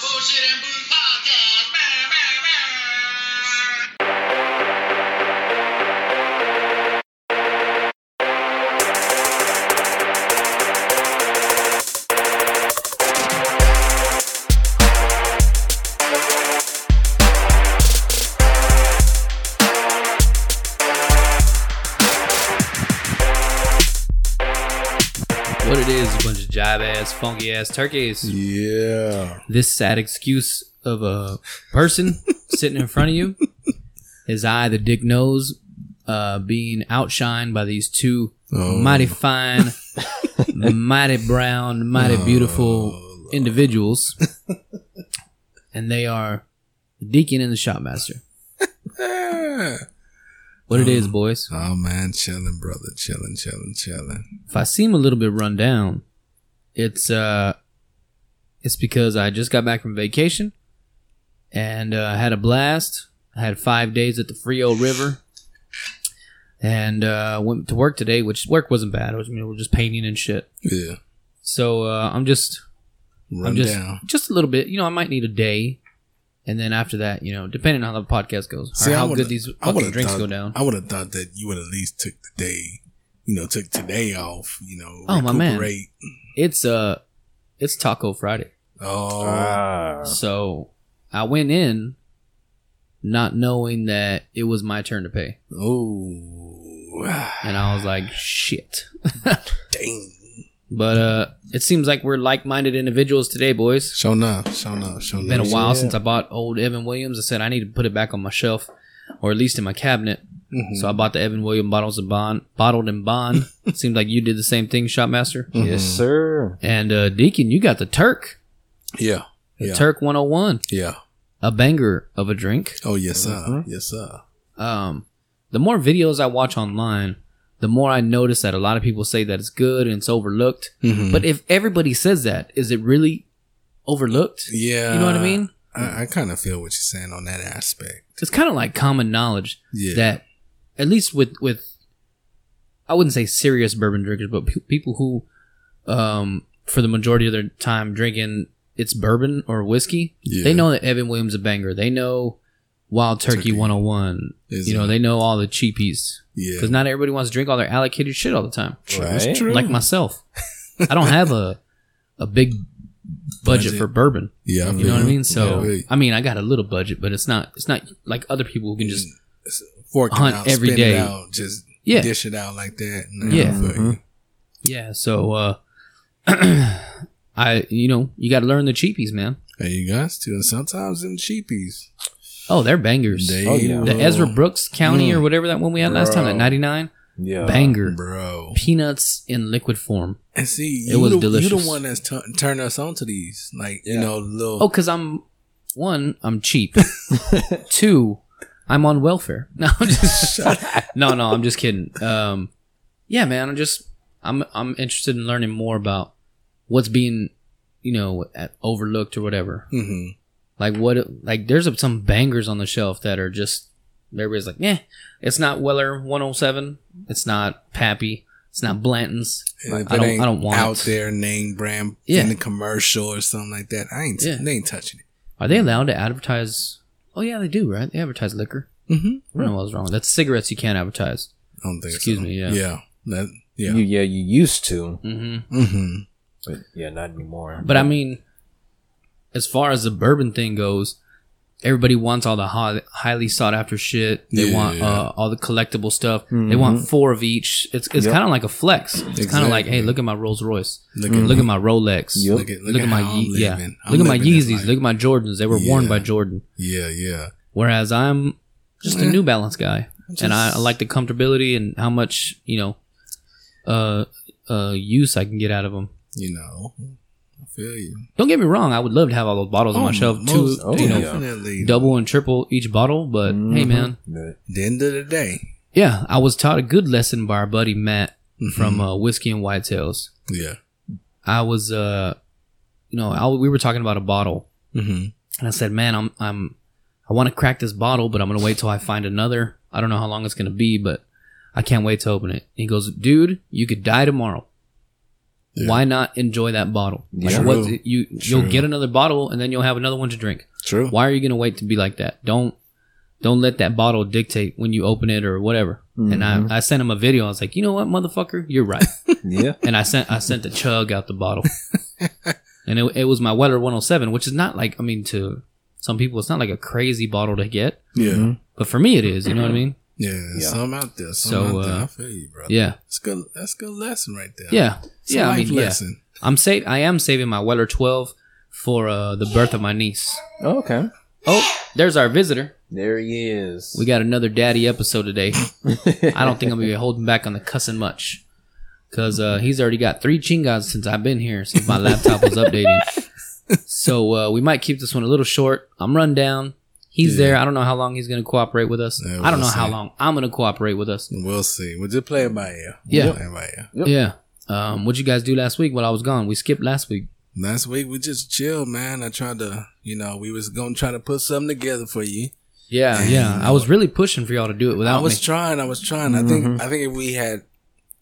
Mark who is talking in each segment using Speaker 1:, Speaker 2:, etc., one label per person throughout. Speaker 1: Bullshit and Brew Podcast. Bah, bah, bah.
Speaker 2: What it is, a bunch of jive ass, funky ass turkeys.
Speaker 3: Yeah.
Speaker 2: This sad excuse of a person sitting in front of you, his eye, the dick nose, uh, being outshined by these two
Speaker 3: Oh.
Speaker 2: mighty fine, mighty brown, mighty beautiful individuals. And they are the deacon and the shopmaster.
Speaker 3: Yeah.
Speaker 2: What it is, boys.
Speaker 3: Oh man, chilling, brother, chilling, chilling, chilling.
Speaker 2: If I seem a little bit run down, it's uh it's because I just got back from vacation and uh, had a blast. I had five days at the Frio River and uh, went to work today, which work wasn't bad. I was, you know, we we're just painting and shit.
Speaker 3: Yeah.
Speaker 2: So uh, I'm just
Speaker 3: Run
Speaker 2: I'm just
Speaker 3: down.
Speaker 2: just a little bit. You know, I might need a day, and then after that, you know, depending on how the podcast goes
Speaker 3: See,
Speaker 2: or
Speaker 3: I
Speaker 2: how
Speaker 3: would've-
Speaker 2: good these
Speaker 3: I
Speaker 2: fucking
Speaker 3: would've
Speaker 2: drinks
Speaker 3: thought-
Speaker 2: go down.
Speaker 3: I would have thought that you would at least took the day, you know, took today off, you know,
Speaker 2: Oh, my man.
Speaker 3: recuperate.
Speaker 2: It's uh, it's Taco Friday.
Speaker 3: Oh,
Speaker 2: So I went in not knowing that it was my turn to pay.
Speaker 3: oh, ah,
Speaker 2: And I was like, shit.
Speaker 3: dang.
Speaker 2: But uh it seems like we're like minded individuals today, boys.
Speaker 3: Show enough, show enough, show enough.
Speaker 2: Been a while since I bought old Evan Williams. I said I need to put it back on my shelf or at least in my cabinet.
Speaker 3: Mhm.
Speaker 4: Mm-hmm.
Speaker 2: So I bought the Evan Williams bottles and bond bottled and bond. it seemed like you did the same thing, Shopmaster.
Speaker 3: Mhm.
Speaker 4: Yes, sir.
Speaker 2: And uh Deacon, you got the Turk.
Speaker 3: Yeah,
Speaker 2: The
Speaker 3: Yeah.
Speaker 2: Turk one oh one.
Speaker 3: yeah.
Speaker 2: A banger of a drink.
Speaker 3: Oh, yes, sir.
Speaker 2: Uh-huh.
Speaker 4: Mhm.
Speaker 3: Yes, sir.
Speaker 2: um, the more videos I watch online, the more I notice that a lot of people say that it's good and it's overlooked.
Speaker 3: Mhm.
Speaker 2: But if everybody says that, is it really overlooked?
Speaker 3: yeah,
Speaker 2: You know what I mean?
Speaker 3: I, I kind of feel what you're saying on that aspect.
Speaker 2: It's kind of like common knowledge
Speaker 3: Yeah,
Speaker 2: that, at least with with, I wouldn't say serious bourbon drinkers, but pe- people who, um, for the majority of their time drinking it's bourbon or whiskey,
Speaker 3: Yeah.
Speaker 2: they know that Evan Williams a banger. They know Wild Turkey
Speaker 3: Turkey.
Speaker 2: 101. You know, they know all the cheapies.
Speaker 3: yeah,
Speaker 2: because not everybody wants to drink all their allocated shit all the time.
Speaker 3: True,
Speaker 4: Right?
Speaker 3: it's true.
Speaker 2: Like myself, I don't have a a big budget,
Speaker 3: Budget.
Speaker 2: for bourbon.
Speaker 3: yeah, I
Speaker 2: You
Speaker 3: feel
Speaker 2: know what I
Speaker 3: you.
Speaker 2: mean? So
Speaker 3: Yeah, wait.
Speaker 2: I mean, I got a little budget, but it's not it's not like other people who can just
Speaker 3: Mm. fork it
Speaker 2: hunt
Speaker 3: out,
Speaker 2: every
Speaker 3: spit
Speaker 2: day.
Speaker 3: It out, just
Speaker 2: yeah
Speaker 3: dish it out like that. and
Speaker 2: Yeah.
Speaker 3: I feel you.
Speaker 2: yeah. So uh, I you know you got to learn the cheapies, man.
Speaker 3: Hey, you guys too. And sometimes them cheapies.
Speaker 2: Oh, they're bangers.
Speaker 3: They
Speaker 4: Oh, yeah.
Speaker 2: the
Speaker 3: will-
Speaker 2: Ezra Brooks County or whatever that one we had last time at
Speaker 4: Bro.
Speaker 2: ninety nine
Speaker 4: Yeah.
Speaker 2: banger
Speaker 3: bro.
Speaker 2: peanuts in liquid form.
Speaker 3: And see,
Speaker 2: It
Speaker 3: you
Speaker 2: was
Speaker 3: the, You
Speaker 2: delicious.
Speaker 3: the one that's t- turned us on to these, like you
Speaker 4: Yeah.
Speaker 3: know, little.
Speaker 2: Oh, because I'm one, I'm cheap. Two, I'm on welfare. No, I'm just no, no, I'm just kidding. Um, yeah, man, I'm just I'm I'm interested in learning more about what's being you know at, overlooked or whatever.
Speaker 3: hmm
Speaker 2: Like what like there's some bangers on the shelf that are just everybody's like, yeah, it's not Weller 107, it's not Pappy, it's not Blanton's. Like, I don't I don't want
Speaker 3: out
Speaker 2: it.
Speaker 3: there name brand
Speaker 2: Yeah.
Speaker 3: in the commercial or something like that. I ain't.
Speaker 2: Yeah.
Speaker 3: They ain't touching it.
Speaker 2: Are they allowed to advertise? Oh yeah, they do, right? They advertise liquor.
Speaker 3: Mm-hmm.
Speaker 2: I don't know what was wrong. That's cigarettes you can't advertise.
Speaker 3: I don't think.
Speaker 2: Excuse
Speaker 3: so.
Speaker 2: me, yeah.
Speaker 3: Yeah. That, yeah.
Speaker 4: You, yeah, you used to,
Speaker 2: hmm
Speaker 3: mm-hmm.
Speaker 4: but yeah, not anymore.
Speaker 2: But I mean, as far as the bourbon thing goes, everybody wants all the high, highly sought after shit. They
Speaker 3: Yeah. Mm-hmm.
Speaker 2: want uh, all the collectible stuff. They want four of each. It's it's
Speaker 4: Yep.
Speaker 2: kind of like a flex. It's kind of like, hey,
Speaker 3: Exactly.
Speaker 2: look at my Rolls Roye.
Speaker 3: Look
Speaker 4: Mhm.
Speaker 2: Mm. Look at my Rolex.
Speaker 4: Yep.
Speaker 3: Look at
Speaker 2: Look, at my
Speaker 3: how
Speaker 2: Ye-
Speaker 3: I'm
Speaker 2: yeah.
Speaker 3: living. I'm
Speaker 2: Look at my
Speaker 3: living this
Speaker 2: Yeezys.
Speaker 3: life.
Speaker 2: Look at my Jordans. They were worn
Speaker 3: Yeah.
Speaker 2: by Jordan.
Speaker 3: Yeah. Yeah.
Speaker 2: Whereas I'm just a
Speaker 3: Eh.
Speaker 2: New Balance guy, and I, I
Speaker 3: Just-
Speaker 2: like the comfortability and how much you know, uh, uh, use I can get out of them.
Speaker 3: You know. I feel you.
Speaker 2: Don't get me wrong, I would love to have all those bottles on my shelf, two,
Speaker 3: most
Speaker 4: oh,
Speaker 2: you know,
Speaker 4: yeah.
Speaker 3: definitely.
Speaker 2: double and triple each bottle. But hey,
Speaker 3: Mm-hmm.
Speaker 4: Mhm.
Speaker 2: man,
Speaker 4: But-
Speaker 3: At the end of the day.
Speaker 2: yeah, I was taught a good lesson by our buddy Matt from
Speaker 3: Mhm.
Speaker 2: uh, Whiskey and Whitetails.
Speaker 3: yeah.
Speaker 2: I was, uh, you know, I, we were talking about a bottle,
Speaker 3: Mm-hmm.
Speaker 2: and I said, man, I'm, I'm, I want to crack this bottle, but I'm gonna wait till I find another. I don't know how long it's gonna be, but I can't wait to open it. He goes, dude, you could die tomorrow.
Speaker 3: Yeah.
Speaker 2: Why not enjoy that bottle? Like,
Speaker 4: True.
Speaker 2: what's- you you'll
Speaker 3: True.
Speaker 2: get another bottle and then you'll have another one to drink.
Speaker 3: True.
Speaker 2: Why are you gonna wait to be like that? Don't don't let that bottle dictate when you open it or whatever. And I, I sent him a video. I was like, you know what, motherfucker, you're right.
Speaker 4: Yeah.
Speaker 2: and I sent I sent the chug out the bottle, and it, it was my Weller 107, which is not like I mean to some people it's not like a crazy bottle to get,
Speaker 3: Yeah.
Speaker 4: Mhm.
Speaker 2: but for me it is. You know what I mean?
Speaker 3: Mm-hmm. Yeah. there's
Speaker 4: Yeah.
Speaker 3: Some out there. Some
Speaker 2: So,
Speaker 3: out there.
Speaker 2: uh,
Speaker 3: I feel you, brother.
Speaker 2: Yeah,
Speaker 3: That's good. That's good lesson right there.
Speaker 2: yeah,
Speaker 3: It's a
Speaker 2: yeah. I
Speaker 3: life
Speaker 2: mean, yeah.
Speaker 3: lesson.
Speaker 2: I'm save I am saving my Weller 12 for uh, the birth of my niece.
Speaker 4: Oh, okay.
Speaker 2: Oh, there's our visitor.
Speaker 4: There he is.
Speaker 2: We got another daddy episode today. I don't think I'm gonna be holding back on the cussing much. Cause uh, he's already got three chingas since I've been here since my laptop was updating. So uh, we might keep this one a little short. I'm run down. He's
Speaker 3: Yeah.
Speaker 2: there. I don't know how long he's gonna cooperate with us.
Speaker 3: Yeah,
Speaker 2: I don't know
Speaker 3: we'll
Speaker 2: how
Speaker 3: see.
Speaker 2: long I'm gonna cooperate with us.
Speaker 3: We'll see. We'll just play it by ear.
Speaker 2: Yeah.
Speaker 3: Play it by ear.
Speaker 4: Yep.
Speaker 2: Yeah. Um, what'd you guys do last week while I was gone? We skipped last week.
Speaker 3: Last week we just chill, man. I tried to, you know, we was gonna try to put something together for you.
Speaker 2: Yeah, yeah. I was really pushing for y'all to do it without
Speaker 3: I was
Speaker 2: me.
Speaker 3: trying. I was trying. I think. I think if we had,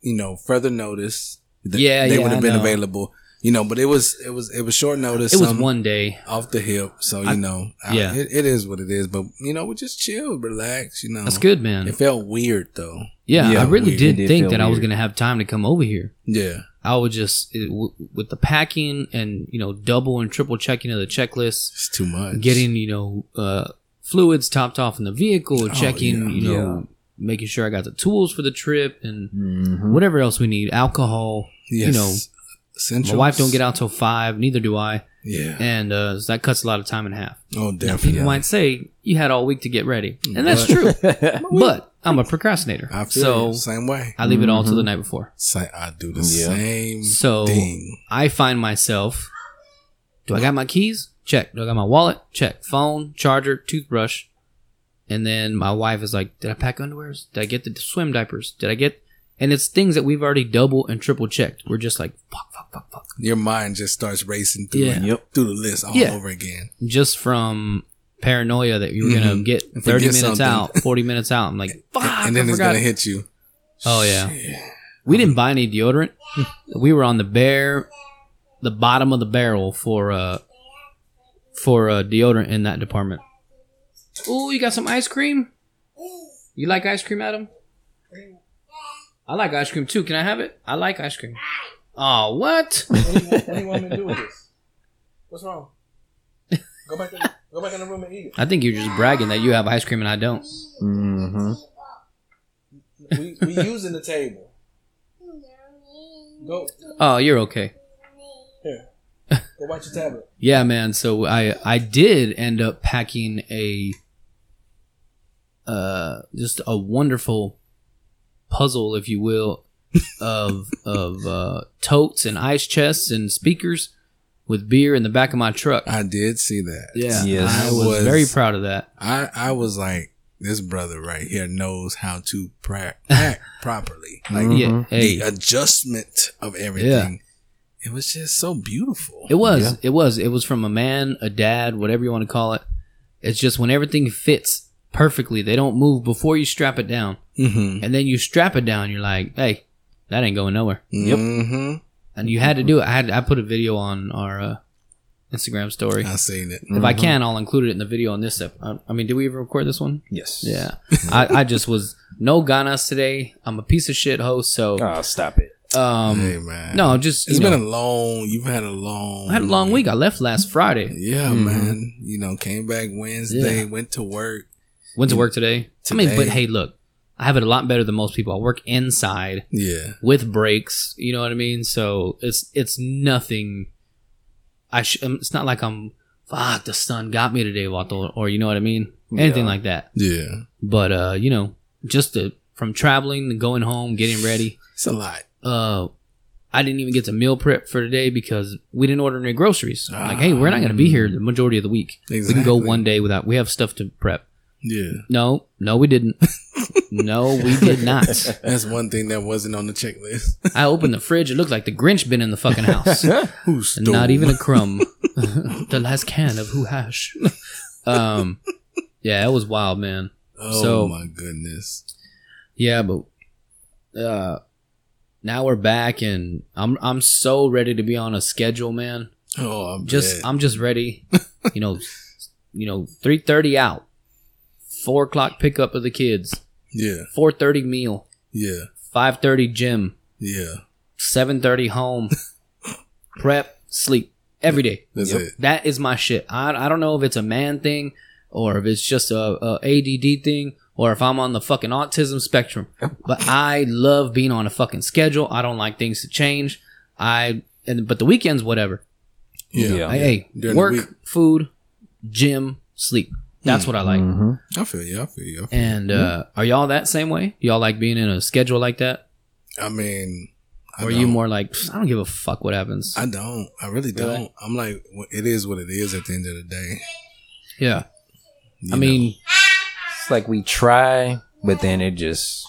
Speaker 3: you know, further notice, th-
Speaker 2: Yeah,
Speaker 3: they
Speaker 2: yeah,
Speaker 3: would
Speaker 2: I
Speaker 3: have been
Speaker 2: know.
Speaker 3: available. You know, but it was it was it was short notice.
Speaker 2: It was
Speaker 3: um,
Speaker 2: one day.
Speaker 3: off the hip, so you know, I-
Speaker 2: yeah.
Speaker 3: it, it is what it is. But you know, we just chill, relax. You know,
Speaker 2: That's good, man.
Speaker 3: It felt weird though.
Speaker 2: yeah,
Speaker 4: Yeah,
Speaker 2: I really
Speaker 4: we-
Speaker 2: did,
Speaker 4: it did
Speaker 2: think
Speaker 4: feel
Speaker 2: that I was
Speaker 4: weird.
Speaker 2: gonna have time to come over here.
Speaker 3: Yeah,
Speaker 2: I would just it, w- with the packing and you know double and triple checking of the checklist,
Speaker 3: it's too much.
Speaker 2: getting you know uh, fluids topped off in the vehicle, checking
Speaker 3: Oh, yeah.
Speaker 2: you know making sure I got the tools for the trip and
Speaker 4: Mhm.
Speaker 2: whatever else we need, alcohol.
Speaker 3: yes.
Speaker 2: you know,
Speaker 3: essentials.
Speaker 2: My wife don't get out till five, neither do I,
Speaker 3: Yeah.
Speaker 2: and uh, so that cuts a lot of time in half. Now,
Speaker 3: Oh,
Speaker 2: people
Speaker 3: definitely.
Speaker 2: might say you had all week to get ready, and that's
Speaker 3: But-
Speaker 2: true. but I'm a procrastinator,
Speaker 3: I feel
Speaker 2: so
Speaker 3: you. Mm-hmm. same way.
Speaker 2: I leave it all till
Speaker 4: Mhm.
Speaker 2: the night before.
Speaker 3: Sa- I do the
Speaker 4: Yeah.
Speaker 3: same
Speaker 2: So-
Speaker 3: thing.
Speaker 2: I find myself do I got my keys? Check. Do I got my wallet? Check. Phone, charger, toothbrush. And then my wife is like, Did I pack underwears? Did I get the swim diapers? Did I get and it's things that we've already double and triple checked. We're just like fuck, fuck, fuck, fuck.
Speaker 3: Your mind just starts racing through
Speaker 2: Yeah.
Speaker 3: it,
Speaker 4: Yep.
Speaker 3: through the list all
Speaker 2: Yeah.
Speaker 3: over again.
Speaker 2: Just from paranoia that you're gonna
Speaker 3: Mhm.
Speaker 2: get
Speaker 3: And
Speaker 2: thirty
Speaker 3: forget
Speaker 2: minutes
Speaker 3: something.
Speaker 2: out, forty minutes out. I'm like, fuck,
Speaker 3: and then
Speaker 2: I
Speaker 3: it's
Speaker 2: forgot.
Speaker 3: gonna hit you.
Speaker 2: Oh yeah.
Speaker 3: Shit.
Speaker 2: We didn't buy any deodorant. we were on the bare, the bottom of the barrel for uh for uh, deodorant in that department. Ooh, you got some ice cream. You like ice cream, Adam? I like ice cream too. Can I have it? I like ice cream. Oh, what?
Speaker 5: What do you want me to do with this? What's wrong? Go back, in, go back in the room and eat
Speaker 2: I think you're just bragging that you have ice cream and I don't.
Speaker 4: Mhm.
Speaker 5: it. We we using the table. Go
Speaker 2: Oh, you're okay.
Speaker 5: go watch your tablet.
Speaker 2: Yeah, man. So I I did end up packing a uh just a wonderful puzzle, if you will, of of uh, totes and ice chests and speakers with beer in the back of my truck.
Speaker 3: I did see that.
Speaker 2: Yeah,
Speaker 4: Yes.
Speaker 2: I was,
Speaker 3: I was-
Speaker 2: very proud of that.
Speaker 3: I I was like, this brother right here knows how to pra- act properly. Like mm-hmm. uh,
Speaker 2: Yeah, hey,
Speaker 3: the adjustment of everything. It was just so beautiful.
Speaker 2: it was,
Speaker 4: Yeah.
Speaker 2: it was, it was from a man, a dad, whatever you want to call it. It's just when everything fits perfectly, they don't move before you strap it down,
Speaker 3: mm-hmm.
Speaker 2: and then you strap it down. You're like, hey, that ain't going nowhere.
Speaker 4: Yep.
Speaker 3: Mm-hmm.
Speaker 2: and you had to do it. I had I put a video on our uh, Instagram story.
Speaker 3: I seen it.
Speaker 2: If I can, I'll include it in the video on this step. I, I mean, did we even record this one?
Speaker 4: Yes.
Speaker 2: Yeah, I, I just was no ganas today. I'm a piece of shit host. So,
Speaker 4: Oh, stop it.
Speaker 2: um,
Speaker 3: hey man.
Speaker 2: no, just
Speaker 3: It's
Speaker 2: you
Speaker 3: been
Speaker 2: know,
Speaker 3: a long you've had a long
Speaker 2: I had a long week. I left last Friday.
Speaker 3: Yeah, man. You know, came back Wednesday, went to work.
Speaker 2: Went to work today. I mean,
Speaker 3: Today.
Speaker 2: but hey, look, I have it a lot better than most people. I work inside
Speaker 3: Yeah.
Speaker 2: with breaks. You know what I mean? So it's it's nothing. I sh- um, it's not like I'm fuck. The sun got me today, Wato, or you know what I mean? Anything
Speaker 4: Yeah.
Speaker 2: like that.
Speaker 3: Yeah.
Speaker 2: But uh, you know, just the, from traveling and going home, getting ready.
Speaker 3: It's a lot.
Speaker 2: Uh, I didn't even get to meal prep for today because we didn't order any groceries. like, hey, we're not going to be here the majority of the week. We can go
Speaker 3: Exactly.
Speaker 2: one day without. We have stuff to prep.
Speaker 3: Yeah.
Speaker 2: No, no, we didn't. no, we did not.
Speaker 3: That's one thing that wasn't on the checklist.
Speaker 2: I opened the fridge. It looked like the Grinch been in the fucking house.
Speaker 3: Who
Speaker 2: And
Speaker 3: stole
Speaker 2: Not even a crumb. the last can of who hash. Um, yeah, it was wild, man.
Speaker 3: Oh
Speaker 2: so-
Speaker 3: my goodness.
Speaker 2: Yeah, but uh, now we're back, and I'm I'm so ready to be on a schedule, man.
Speaker 3: Oh, I'm
Speaker 2: Just I'm just ready. you know, you know, three thirty out, four o'clock pickup of the kids,
Speaker 3: yeah,
Speaker 2: four thirty meal,
Speaker 3: yeah,
Speaker 2: five thirty gym,
Speaker 3: yeah.
Speaker 2: seven thirty home, prep, sleep every day.
Speaker 3: That's it.
Speaker 2: That is my shit. I, I don't know if it's a man thing or if it's just a, a ADD thing or if I'm on the fucking autism spectrum. But I love being on a fucking schedule. I don't like things to change. I and but the weekends whatever.
Speaker 3: Oh, Yeah,
Speaker 4: Yeah.
Speaker 2: I, hey,
Speaker 3: During the week.
Speaker 2: work, food, gym, sleep. That's what I like.
Speaker 4: Mhm.
Speaker 3: I feel you. I feel you.
Speaker 2: And uh, are y'all that same way? Y'all like being in a schedule like that,
Speaker 3: I mean, I
Speaker 2: or are you
Speaker 3: don't-
Speaker 2: more like "Pfft, I don't give a fuck what happens?
Speaker 3: I don't. I really don't. I'm like, wh- it is what it is. At the end of the day,
Speaker 2: yeah,
Speaker 3: you
Speaker 2: I mean,
Speaker 4: It's like we try, but then it just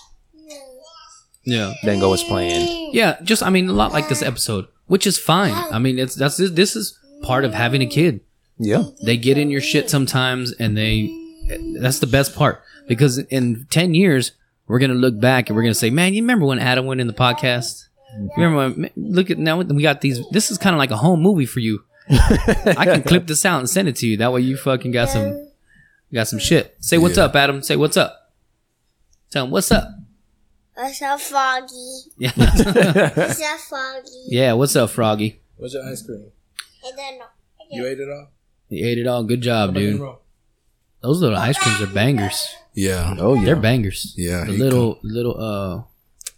Speaker 2: yeah.
Speaker 4: doesn't go as planned.
Speaker 2: Yeah, just I mean a lot like this episode, which is fine. I mean it's that's this is part of having a kid.
Speaker 4: Yeah.
Speaker 2: They get in your shit sometimes, and they that's the best part because in ten years we're gonna look back and we're gonna say, man, you remember when Adam went in the podcast? You remember? When, look at now we got these. This is kind of like a home movie for you. I can clip this out and send it to you. That way you fucking got some got some shit. Say what's
Speaker 3: Yeah.
Speaker 2: up, Adam. Say what's up. Tell him what's up.
Speaker 6: It's so foggy.
Speaker 2: Yeah,
Speaker 6: It's so foggy.
Speaker 2: yeah. What's up, Froggy?
Speaker 5: What's your ice cream?
Speaker 6: And then I
Speaker 5: You ate it all?
Speaker 2: You ate it all. Good job,
Speaker 5: Nothing
Speaker 2: dude.
Speaker 5: wrong.
Speaker 2: Those little ice creams are bangers.
Speaker 3: yeah,
Speaker 4: Oh yeah.
Speaker 2: They're bangers.
Speaker 3: yeah.
Speaker 2: The
Speaker 3: he
Speaker 2: little little uh
Speaker 3: come-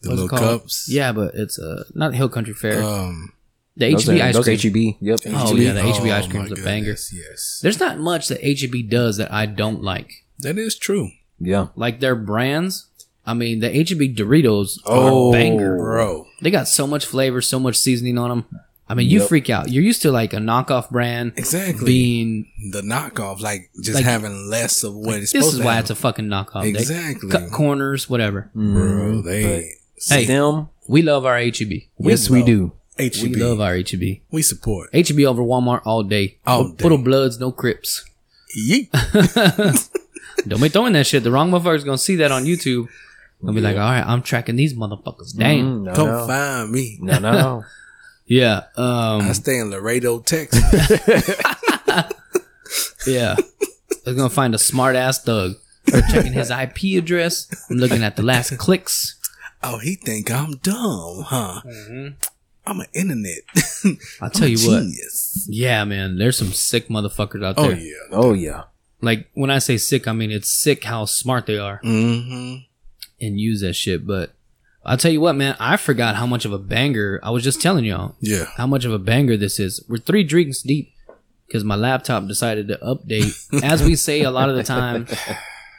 Speaker 3: the
Speaker 2: what's it
Speaker 3: little
Speaker 2: called?
Speaker 3: cups.
Speaker 2: yeah, but it's uh not Hill Country Fair.
Speaker 3: Um.
Speaker 2: the
Speaker 4: Those
Speaker 2: HEB
Speaker 4: are-
Speaker 2: ice
Speaker 4: those
Speaker 3: E
Speaker 2: cream.
Speaker 4: HEB. Yep.
Speaker 2: Oh,
Speaker 3: HB
Speaker 2: yeah, the HB ice
Speaker 3: my
Speaker 2: cream's a banger.
Speaker 3: goodness, Yes,
Speaker 2: There's not much that HEB does that I don't like.
Speaker 3: that is true.
Speaker 4: Yeah.
Speaker 2: Like their brands. I mean, the HEB Doritos
Speaker 3: Oh,
Speaker 2: are banger.
Speaker 3: bro.
Speaker 2: They got so much flavor, so much seasoning on them. I mean, you
Speaker 4: Yep.
Speaker 2: freak out. You're used to like a knockoff brand
Speaker 3: Exactly.
Speaker 2: being.
Speaker 3: the knockoff, like just
Speaker 2: Like-
Speaker 3: having less of what
Speaker 2: This
Speaker 3: it's supposed
Speaker 2: is
Speaker 3: to
Speaker 2: why
Speaker 3: have.
Speaker 2: it's a fucking knockoff.
Speaker 3: exactly,
Speaker 2: They cut corners, whatever.
Speaker 4: Mm-hmm.
Speaker 3: bro. They
Speaker 2: Hey.
Speaker 4: Them.
Speaker 2: We love our HEB.
Speaker 4: Yes, we
Speaker 3: love-
Speaker 4: do.
Speaker 3: HEB.
Speaker 2: We
Speaker 3: We,
Speaker 2: love our E HEB.
Speaker 3: support.
Speaker 2: HB E over Walmart all day.
Speaker 3: All
Speaker 2: Little-
Speaker 3: day.
Speaker 2: Little bloods, no crips.
Speaker 3: Yeet.
Speaker 2: Don't be throwing that shit. The wrong motherfucker's gonna see that on YouTube. I'll be like, oh, all right, I'm tracking these motherfuckers. Damn.
Speaker 4: Mm, no,
Speaker 3: Come
Speaker 4: no.
Speaker 3: find me.
Speaker 4: no, no, no.
Speaker 2: Yeah.
Speaker 3: I
Speaker 2: Um.
Speaker 3: stay in Laredo, Texas.
Speaker 2: Yeah. They're gonna find a smart ass thug. I'm checking his IP address. I'm looking at the last clicks.
Speaker 3: oh, he think I'm dumb, huh? I'm an internet.
Speaker 2: I'll tell you what.
Speaker 3: Genius.
Speaker 2: Yeah, man. There's some sick motherfuckers out there.
Speaker 3: Oh yeah.
Speaker 4: Oh yeah.
Speaker 2: Like when I say sick, I mean it's sick how smart they are
Speaker 3: Mm-hmm.
Speaker 2: and use that shit. But I'll tell you what, man. I forgot how much of a banger I was just telling y'all.
Speaker 3: Yeah.
Speaker 2: how much of a banger this is. We're three drinks deep because my laptop decided to update. As we say a lot of the time,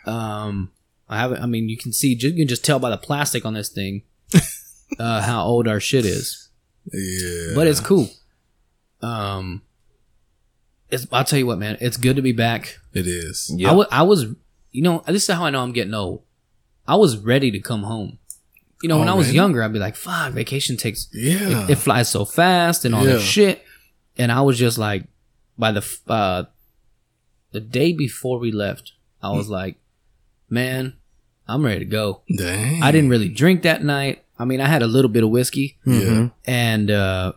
Speaker 2: um, I haven't. I mean, you can see you can just tell by the plastic on this thing uh, how old our shit is,
Speaker 3: Yeah.
Speaker 2: but it's cool. Um, it's. I'll tell you what, man. It's good to be back.
Speaker 3: it is.
Speaker 2: I wa- I was, you know, this is how I know I'm getting old. I was ready to come home. You know, when I was
Speaker 3: Already?
Speaker 2: younger, I'd be like, "Fuck, vacation takes
Speaker 3: Yeah.
Speaker 2: it, it flies so fast and all that
Speaker 3: Yeah.
Speaker 2: shit. And I was just like, by the f- uh, the day before we left, I was like, man, I'm ready to go.
Speaker 3: Dang.
Speaker 2: I didn't really drink that night. I mean, I had a little bit of whiskey,
Speaker 4: Mm-hmm.
Speaker 3: Yeah.
Speaker 2: and uh,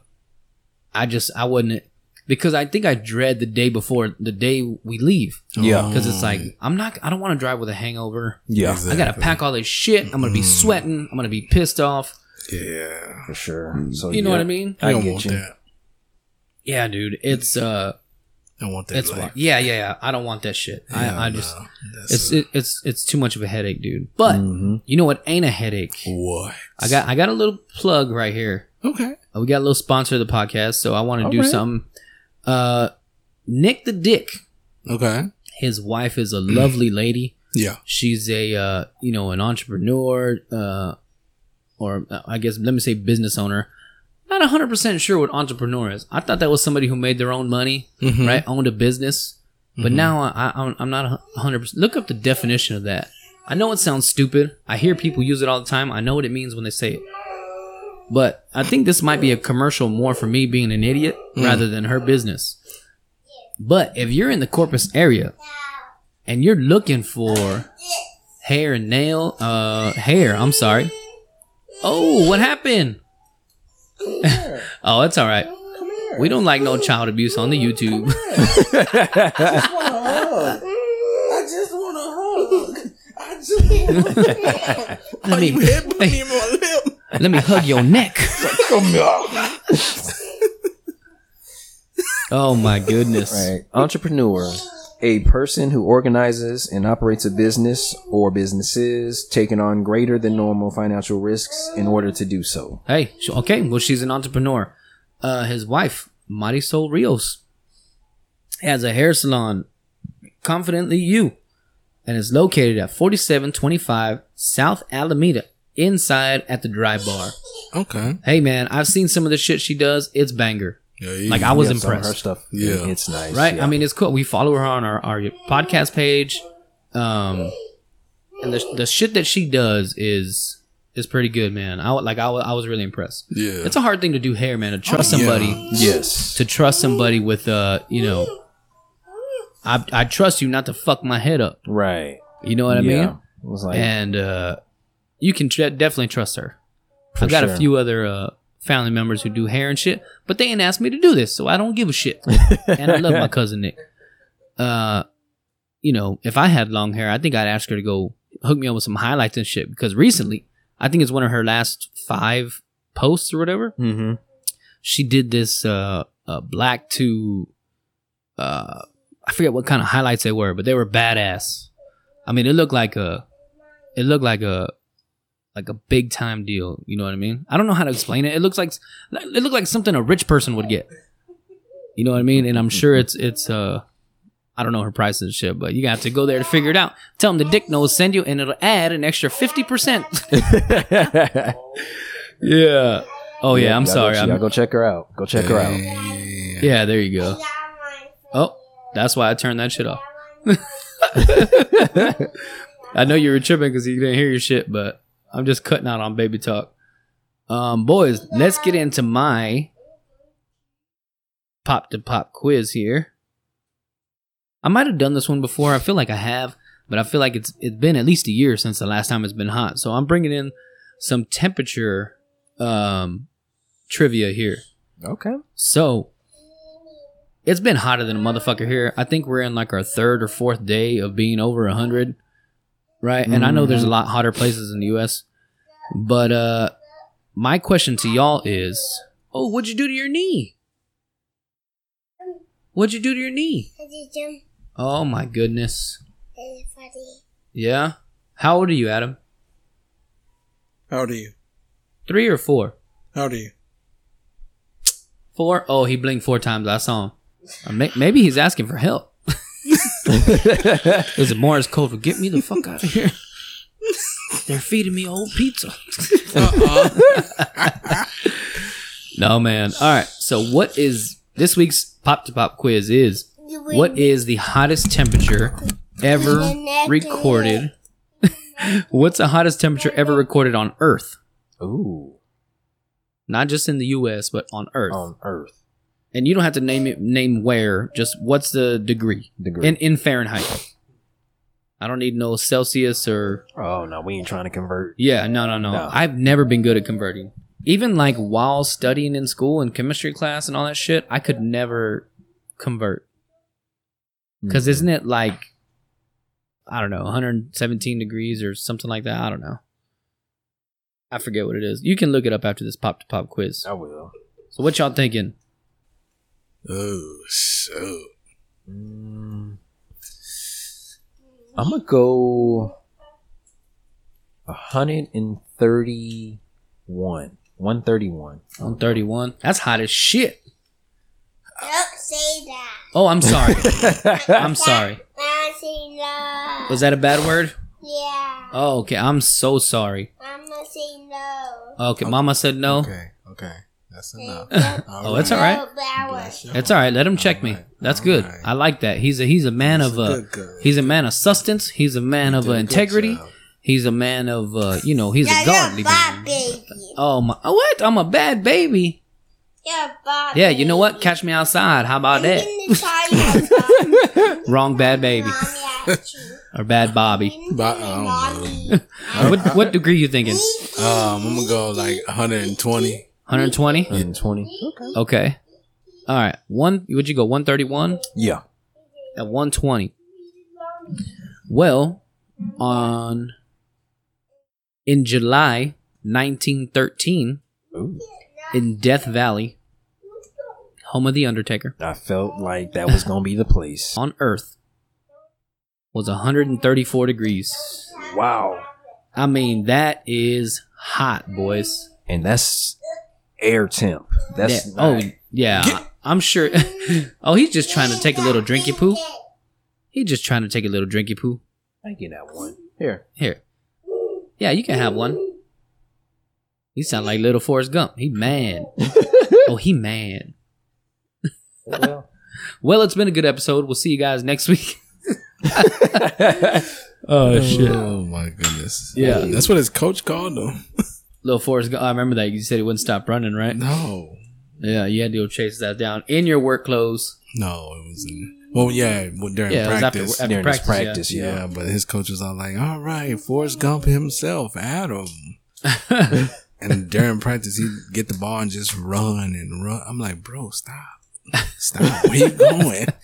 Speaker 2: I just I wasn't because I think I dread the day before the day we leave
Speaker 4: Yeah.
Speaker 2: because it's like I'm not I don't want to drive with a hangover.
Speaker 4: Yeah.
Speaker 2: I gotta pack all this shit. I'm gonna be sweating. I'm gonna be pissed off.
Speaker 3: Yeah.
Speaker 4: For sure. So
Speaker 2: You know what I
Speaker 4: yeah.
Speaker 2: mean?
Speaker 3: I
Speaker 4: I
Speaker 3: don't
Speaker 4: get
Speaker 3: want
Speaker 4: you.
Speaker 3: that.
Speaker 2: Yeah, dude. It's uh.
Speaker 3: I don't want that.
Speaker 2: It's
Speaker 3: life.
Speaker 2: why- yeah, yeah, yeah. I don't want that shit.
Speaker 3: Yeah,
Speaker 2: I, I just
Speaker 3: no. That's
Speaker 2: it's
Speaker 3: a-
Speaker 2: it,
Speaker 3: Mm-hmm.
Speaker 2: it's it's too much of a headache, dude. But
Speaker 4: Mm-hmm.
Speaker 2: you know what? Ain't a headache.
Speaker 3: what?
Speaker 2: I got I got a little plug right here.
Speaker 3: Okay.
Speaker 2: Uh, We got a little sponsor of the podcast, so I want to do
Speaker 4: Alright.
Speaker 2: something. Uh, Nick the Dick.
Speaker 3: Okay.
Speaker 2: His wife is a lovely lady.
Speaker 3: Mm. Yeah.
Speaker 2: She's a uh, you know an entrepreneur, uh, or uh, I guess let me say business owner. Not hundred percent sure what entrepreneur is. I thought that was somebody who made their own money
Speaker 3: Mhm.
Speaker 2: Mm-hmm. right? Owned a business, but
Speaker 5: Mm-hmm.
Speaker 3: Mm-hmm.
Speaker 2: now I, I, I'm not a hundred percent. Look up the definition of that. I know it sounds stupid. I hear people use it all the time. I know what it means when they say it. But I think this might be a commercial more for me being an idiot
Speaker 5: Mm.
Speaker 2: rather than her business. But if you're in the Corpus area and you're looking for hair and nail, uh, hair, I'm sorry. Oh, what happened?
Speaker 5: Come here.
Speaker 2: Oh, it's all right.
Speaker 5: Come here.
Speaker 2: We don't like no child abuse on the YouTube.
Speaker 5: I just want a hug. I just want a hug. I just want a hug.
Speaker 2: Let me,
Speaker 3: Putting him on my lip.
Speaker 2: let me hug your neck.
Speaker 5: Come here.
Speaker 2: Oh my goodness.
Speaker 4: Right. Entrepreneur. A person who organizes and operates a business or businesses, taking on greater than normal financial risks in order to do so.
Speaker 2: Hey, sh- okay, well, she's an entrepreneur. Uh, his wife, Marisol Rios, has a hair salon, Confidently You, and is located at 4725 South Alameda, inside at the dry bar.
Speaker 3: Okay.
Speaker 2: Hey, man, I've seen some of the shit she does. It's banger.
Speaker 3: Yeah, he-
Speaker 2: Like, I was
Speaker 4: Yeah, some of Her
Speaker 2: impressed.
Speaker 4: stuff.
Speaker 3: Yeah.
Speaker 4: It's nice.
Speaker 2: Right?
Speaker 4: yeah.
Speaker 2: I mean, it's cool. We follow her on our, our podcast page. Um, and the, the shit that she does is is pretty good, man. I wa- like I, wa- I was really impressed.
Speaker 3: yeah.
Speaker 2: It's a hard thing to do hair, man. To trust
Speaker 3: Oh, yeah.
Speaker 2: somebody
Speaker 4: yes.
Speaker 2: to trust somebody with uh you know I, I trust you not to fuck my head up
Speaker 4: Right.
Speaker 2: you know what i
Speaker 4: yeah.
Speaker 2: mean
Speaker 4: It was like,
Speaker 2: and uh you can tr- definitely trust her
Speaker 4: For
Speaker 2: i've got a
Speaker 4: sure.
Speaker 2: few other uh family members who do hair and shit but they ain't asked me to do this so i don't give a shit and i love my cousin nick uh you know if i had long hair i think i'd ask her to go hook me up with some highlights and shit because recently i think it's one of her last five posts or whatever
Speaker 4: mm-hmm.
Speaker 2: she did this uh, uh black to uh I forget what kind of highlights they were, but they were badass. I mean, it looked like a it looked like a like a big time deal, you know what I mean? I don't know how to explain it. It looks like it looked like something a rich person would get. You know what I mean? And I'm sure it's it's uh I don't know her price and shit, but you got to go there to figure it out. Tell them the dick knows send you and it'll add an extra 50%. yeah. Oh yeah, I'm sorry.
Speaker 4: Go,
Speaker 2: I'm,
Speaker 4: y'all go check her out. Go check her out.
Speaker 3: Yeah.
Speaker 2: yeah, there you go. Oh, that's why I turned that shit off. I know you were tripping because you didn't hear your shit, but I'm just cutting out on baby talk. Um, boys, let's get into my pop to pop quiz here. I might have done this one before. I feel like I have, but I feel like it's it's been at least a year since the last time it's been hot. So I'm bringing in some temperature um, trivia here.
Speaker 4: Okay.
Speaker 2: So it's been hotter than a motherfucker here. I think we're in like our third or fourth day of being over 100, right? And I know there's a lot hotter places in the US. But uh my question to y'all is, oh, what'd you do to your knee? What'd you do to your knee? Oh my goodness. Yeah. How old are you, Adam?
Speaker 5: How do you?
Speaker 2: 3 or 4?
Speaker 5: How do you?
Speaker 2: Four? Oh, he blinked four times. I saw him. Or may- maybe he's asking for help. Is it Morris code for get me the fuck out of here? They're feeding me old pizza. Uh-uh. no, man. All right. So, what is this week's pop to pop quiz? Is what is the hottest temperature ever recorded? What's the hottest temperature ever recorded on Earth?
Speaker 4: Ooh.
Speaker 2: Not just in the U.S., but on Earth.
Speaker 4: On Earth.
Speaker 2: and you don't have to name it name where just what's the degree
Speaker 4: Degree.
Speaker 2: in in fahrenheit i don't need no celsius or
Speaker 4: oh no, we ain't trying to convert.
Speaker 2: yeah no no no,
Speaker 4: No.
Speaker 2: i've never been good at converting even like while studying in school and chemistry class and all that shit i could never convert because isn't it like i don't know 117 degrees or something like that i don't know i forget what it is you can look it up after this pop to pop quiz
Speaker 4: I will.
Speaker 2: so what y'all thinking
Speaker 3: Oh, so.
Speaker 4: Mm. I'm gonna go 131. 131.
Speaker 2: 131 that's hot as shit
Speaker 6: Don't say that.
Speaker 2: Oh, I'm sorry. I'm sorry.
Speaker 6: Don't say no.
Speaker 2: Was that a bad word?
Speaker 6: yeah.
Speaker 2: Oh, okay. I'm so sorry.
Speaker 6: Mama say no.
Speaker 2: Okay, Mama said no.
Speaker 3: Okay. Okay. That's enough.
Speaker 2: Oh, it's all right.
Speaker 6: No power.
Speaker 3: Bless you.
Speaker 2: That's all right. Let him check me.
Speaker 3: Alright,
Speaker 2: That's good.
Speaker 3: alright.
Speaker 2: I like that. He's a he's a man
Speaker 3: He's
Speaker 2: of
Speaker 3: a
Speaker 2: uh
Speaker 3: good guy.
Speaker 2: he's a man of sustenance. He's a man of uh,
Speaker 3: Did a good
Speaker 2: integrity.
Speaker 3: job.
Speaker 2: He's a man of uh you know he's
Speaker 6: Yeah,
Speaker 2: a godly
Speaker 6: you're bad
Speaker 2: man.
Speaker 6: baby.
Speaker 2: Oh my! oh, What? I'm a bad baby.
Speaker 6: You're bad.
Speaker 2: Yeah, you know what? Catch me outside. How about that?
Speaker 6: that.
Speaker 2: Wrong bad baby or bad Bobby.
Speaker 3: But I
Speaker 2: Uh, What what degree you thinking?
Speaker 3: don't know. Um, I'm gonna go like 120.
Speaker 2: 120.
Speaker 4: 120.
Speaker 2: Okay. All right. One. Would you go 131
Speaker 4: Yeah.
Speaker 2: at 120? Well, on in July 1913 in Death Valley, home of the Undertaker,
Speaker 4: I felt like that was going to be the place.
Speaker 2: on Earth was 134 degrees.
Speaker 4: Wow.
Speaker 2: I mean, that is hot, boys.
Speaker 4: And that's air temp. That's
Speaker 2: That-
Speaker 4: not-
Speaker 2: oh yeah. I'm sure. oh, he's just trying to take a little drinky poo. He's just trying to take a little drinky poo.
Speaker 4: I can have one. Here.
Speaker 2: Here. Yeah, you can have one. He sound like little Forrest Gump. He mad. oh, he mad.
Speaker 4: Well.
Speaker 2: Well, it's been a good episode. We'll see you guys next week. oh
Speaker 3: Oh my goodness.
Speaker 2: Yeah.
Speaker 3: That's what his coach called him.
Speaker 2: Little Forrest Gump. I remember that. You said he wouldn't stop running, right?
Speaker 3: No.
Speaker 2: Yeah, you had to go chase that down in your work clothes.
Speaker 3: No, it was in well yeah, well, during
Speaker 2: Yeah, it was after-
Speaker 3: practice.
Speaker 2: after
Speaker 4: During this
Speaker 2: practice,
Speaker 4: practice,
Speaker 3: yeah.
Speaker 4: yeah.
Speaker 3: but his coach was all like, All right, Forrest Gump himself, Adam. and during practice he'd get the ball and just run and run. I'm like, bro, stop. Stop. Where you going?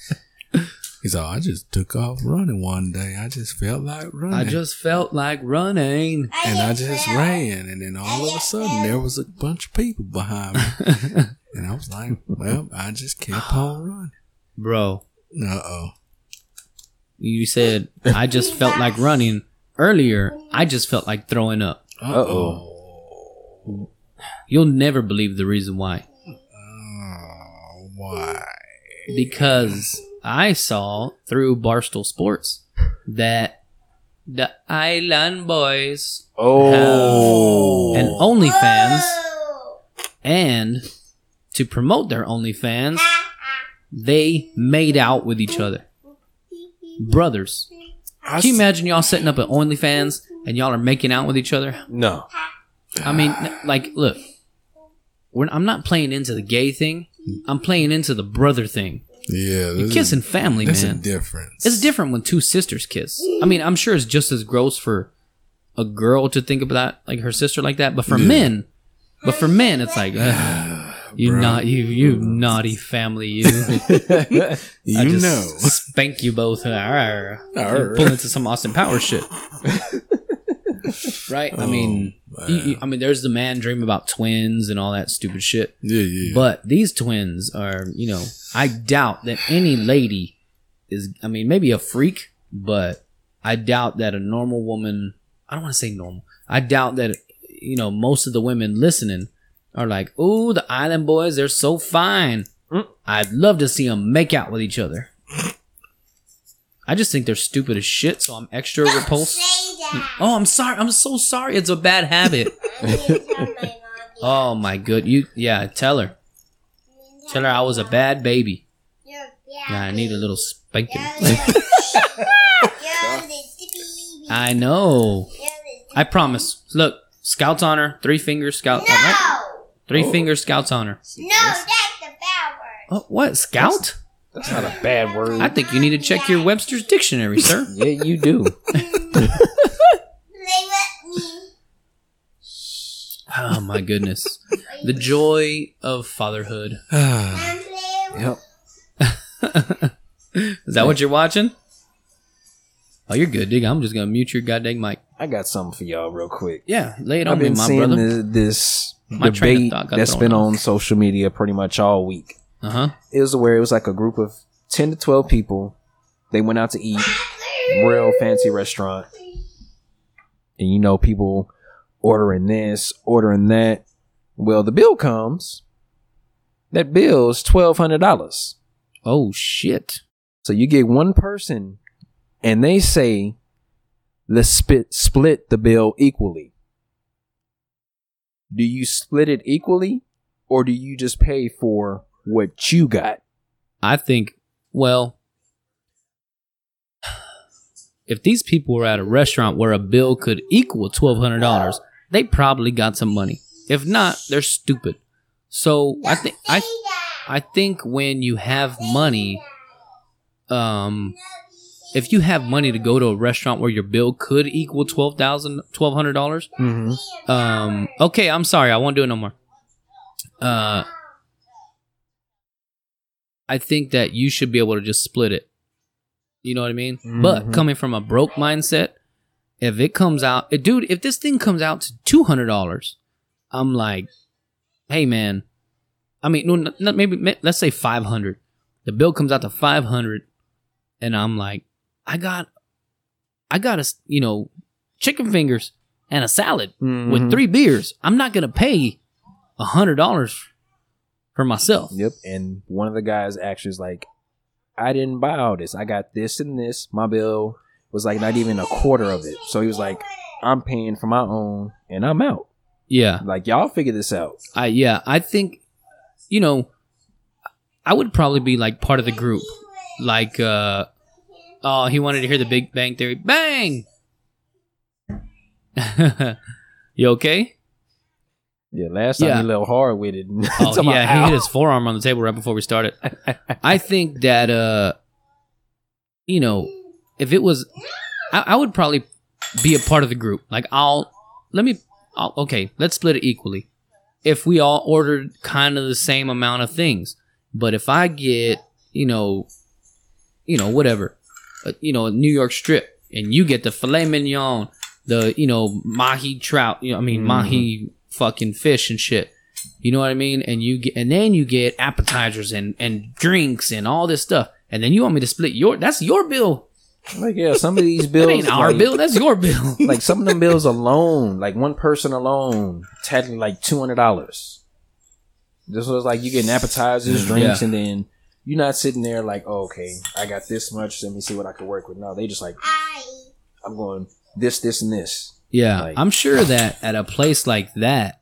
Speaker 3: He's like, I just took off running one day. I just felt like running.
Speaker 2: I just felt like running.
Speaker 3: and I just ran, and then all of a sudden there was a bunch of people behind me, and I was like, "Well, I just kept on running."
Speaker 2: Bro,
Speaker 3: Uh oh,
Speaker 2: you said I just felt like running. Earlier, I just felt like throwing up.
Speaker 4: Uh-oh.
Speaker 2: You'll never believe the reason why.
Speaker 3: oh, why?
Speaker 2: because I saw through Barstool Sports that the Island Boys
Speaker 4: Oh.
Speaker 2: and OnlyFans, and to promote their OnlyFans, they made out with each other. Brothers.
Speaker 3: I
Speaker 2: Can you
Speaker 3: s-
Speaker 2: imagine y'all setting up an OnlyFans and y'all are making out with each other?
Speaker 4: No.
Speaker 2: I mean, n- like, look, we're, I'm not playing into the gay thing. I'm playing into the brother thing.
Speaker 3: yeah,
Speaker 2: You're
Speaker 3: this
Speaker 2: kissing family,
Speaker 3: Is, that's
Speaker 2: man.
Speaker 3: a difference.
Speaker 2: It's different when two sisters kiss. I mean, I'm sure it's just as gross for a girl to think about like her sister like that, but for
Speaker 3: Yeah.
Speaker 2: men, but for men, it's like ugh, you
Speaker 3: Bro.
Speaker 2: not you you naughty family you.
Speaker 3: you
Speaker 2: I just
Speaker 3: know.
Speaker 2: spank you both. Arr. You
Speaker 3: Arr.
Speaker 2: pull into some Austin Power shit, right? I mean,
Speaker 3: Oh,
Speaker 2: you-
Speaker 3: man.
Speaker 2: you- I mean, there's the man dream about twins and all that stupid shit.
Speaker 3: yeah, yeah.
Speaker 2: But these twins are, you know, I doubt that any lady is, I mean, maybe a freak, but I doubt that a normal woman, I don't want to say normal, I doubt that, you know, most of the women listening are like, ooh, the island boys, they're so fine. I'd love to see them make out with each other. I just think they're stupid as shit, so I'm extra repulsed.
Speaker 6: Say that.
Speaker 2: Oh, I'm sorry. I'm so sorry. It's a bad habit.
Speaker 6: I can't tell my mom.
Speaker 2: Oh my good. You yeah, tell her. Tell her I was a bad baby.
Speaker 6: You're a
Speaker 2: Yeah, I
Speaker 6: bad
Speaker 2: need a little spanking.
Speaker 6: I
Speaker 2: I know. I promise. Look, scouts on her. Three fingers, scout.
Speaker 6: no,
Speaker 2: uh, right?
Speaker 6: no,
Speaker 2: Three
Speaker 4: Oh.
Speaker 2: fingers, scouts on her.
Speaker 6: that's the bad word.
Speaker 2: Oh, what? Scout?
Speaker 4: That's not a bad word.
Speaker 2: I think you need to check your Webster's dictionary, sir.
Speaker 4: yeah, you do.
Speaker 6: They let me.
Speaker 2: Oh my goodness. The joy of fatherhood.
Speaker 6: I'm playing
Speaker 4: Yep.
Speaker 2: Is that what you're watching? Oh, you're good, dig. I'm just gonna mute your goddamn mic.
Speaker 4: I got something for y'all real quick.
Speaker 2: Yeah, lay it on
Speaker 4: I've
Speaker 2: me,
Speaker 4: been
Speaker 2: my
Speaker 4: seeing
Speaker 2: brother.
Speaker 4: thi- this
Speaker 2: My train of
Speaker 4: debate
Speaker 2: thought got
Speaker 4: that's
Speaker 2: thrown
Speaker 4: been
Speaker 2: off.
Speaker 4: on social media pretty much all week.
Speaker 2: Uh huh.
Speaker 4: It was where it was like a group of ten to twelve people. They went out to eat, real fancy restaurant, and you know people ordering this, ordering that. Well, the bill comes. That bill's twelve hundred dollars.
Speaker 2: Oh shit.
Speaker 4: So you get one person, and they say, "Let's split split the bill equally." Do you split it equally, or do you just pay for what you got?
Speaker 2: I think, well, if these people were at a restaurant where a bill could equal twelve hundred dollars, they probably got some money. If not, they're stupid. So I think I I think when you have money, um, if you have money to go to a restaurant where your bill could equal twelve thousand twelve hundred dollars,
Speaker 4: Mm-hmm.
Speaker 2: um, okay, I'm sorry, I won't do it no more. uh, I think that you should be able to just split it. You know what I mean? But
Speaker 4: Mhm.
Speaker 2: coming from a broke mindset, if it comes out, eh, dude, if this thing comes out to two hundred dollars, I'm like, hey man, I mean, no, no, maybe ma- let's say five hundred. The bill comes out to five hundred, and I'm like, I got, I got a s- you know, chicken fingers and a salad with
Speaker 4: Mhm.
Speaker 2: three beers. I'm not gonna pay a hundred dollars for myself.
Speaker 4: Yep. And one of the guys actually is like, I didn't buy all this. I got this and this. My bill was like not even a quarter of it. So he was like, I'm paying for my own and I'm out.
Speaker 2: Yeah,
Speaker 4: Like, y'all figure this out.
Speaker 2: I yeah, I think, you know, I would probably be like part of the group. Like, uh oh, he wanted to hear the Big Bang Theory. Bang. you okay?
Speaker 4: Yeah. Last time
Speaker 2: Yeah.
Speaker 4: he a little hard with it.
Speaker 2: Oh
Speaker 4: Talking
Speaker 2: yeah,
Speaker 4: about,
Speaker 2: he hit
Speaker 4: "Ow."
Speaker 2: his forearm on the table right before we started. I think that uh you know, if it was I, I would probably be a part of the group. Like I'll let me I'll, okay, let's split it equally. If we all ordered kind of the same amount of things, but if I get, you know, you know, whatever, uh, you know, a New York strip and you get the filet mignon, the, you know, mahi trout, you know, I mean, mahi fucking fish and shit. You know what I mean? And you get, and then you get appetizers and and drinks and all this stuff. And then you want me to split your? That's your bill.
Speaker 4: Like, yeah, some of these
Speaker 2: That
Speaker 4: bills.
Speaker 2: ain't our
Speaker 4: like-
Speaker 2: bill. That's your bill.
Speaker 4: Like, some of them bills alone, like one person alone, technically like $200. This was like you getting appetizers, drinks,
Speaker 2: Yeah.
Speaker 4: and then you're not sitting there like, oh, okay, I got this much. Let me see what I can work with. No, they just like,
Speaker 6: I.
Speaker 4: I'm going this, this, and this.
Speaker 2: Yeah,
Speaker 4: Like-
Speaker 2: I'm sure that at a place like that,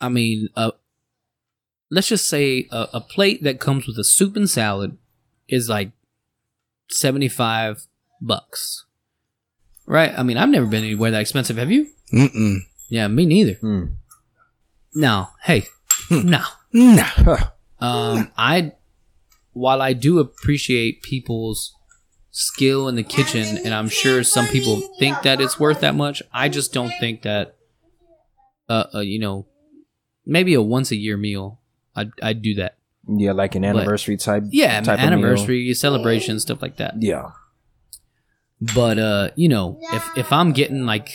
Speaker 2: I mean, uh, let's just say a, a plate that comes with a soup and salad is like seventy five bucks, right? I mean, I've never been anywhere that expensive. Have you?
Speaker 3: Mm-mm.
Speaker 2: Yeah, me neither.
Speaker 4: Hmm.
Speaker 2: No, hey, no.
Speaker 3: Nah.
Speaker 2: Um, I, while I do appreciate people's skill in the kitchen, and I'm sure some people think that it's worth that much, I just don't think that, uh, uh you know, maybe a once a year meal, I I do that.
Speaker 4: Yeah, like an anniversary type.
Speaker 2: Yeah,
Speaker 4: type of meal.
Speaker 2: anniversary celebration stuff like that.
Speaker 4: Yeah,
Speaker 2: But uh, you know, if if I'm getting like,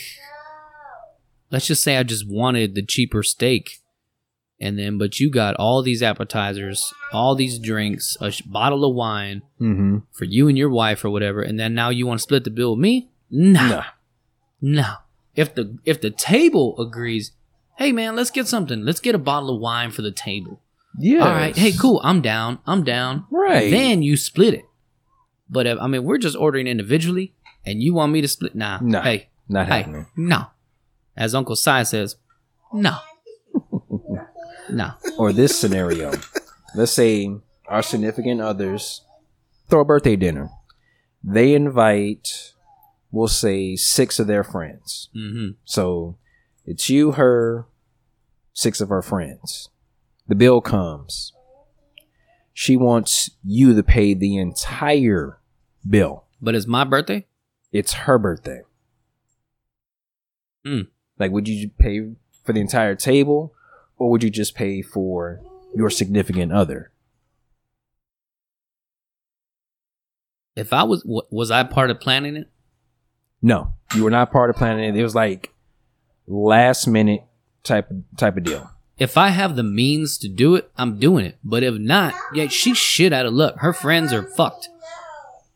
Speaker 2: let's just say I just wanted the cheaper steak, and then but you got all these appetizers, all these drinks, a sh- bottle of wine.
Speaker 4: mm-hmm.
Speaker 2: for you and your wife or whatever, and then now you want to split the bill with me? Nah,
Speaker 4: Nah.
Speaker 2: nah. If the if the table agrees, hey man, let's get something. Let's get a bottle of wine for the table.
Speaker 4: yeah.
Speaker 2: All right, hey, cool. I'm down. I'm down.
Speaker 4: Right.
Speaker 2: Then you split it. But if, I mean, we're just ordering individually, and you want me to split? Nah.
Speaker 4: Nah.
Speaker 2: Hey,
Speaker 4: Not
Speaker 2: hey,
Speaker 4: happening.
Speaker 2: no. As Uncle Si says, no, no.
Speaker 4: Or this scenario, let's say our significant others throw a birthday dinner. They invite, we'll say, six of their friends.
Speaker 2: hmm
Speaker 4: So it's you, her, six of her friends. The bill comes. She wants you to pay the entire bill.
Speaker 2: But it's my birthday.
Speaker 4: it's her birthday.
Speaker 2: Mm.
Speaker 4: Like, would you pay for the entire table, or would you just pay for your significant other?
Speaker 2: If I was wa- was I part of planning it?
Speaker 4: No, you were not part of planning it. It was like last minute type type of deal.
Speaker 2: If I have the means to do it, I'm doing it. But if not, yeah, she's shit out of luck. Her friends are fucked.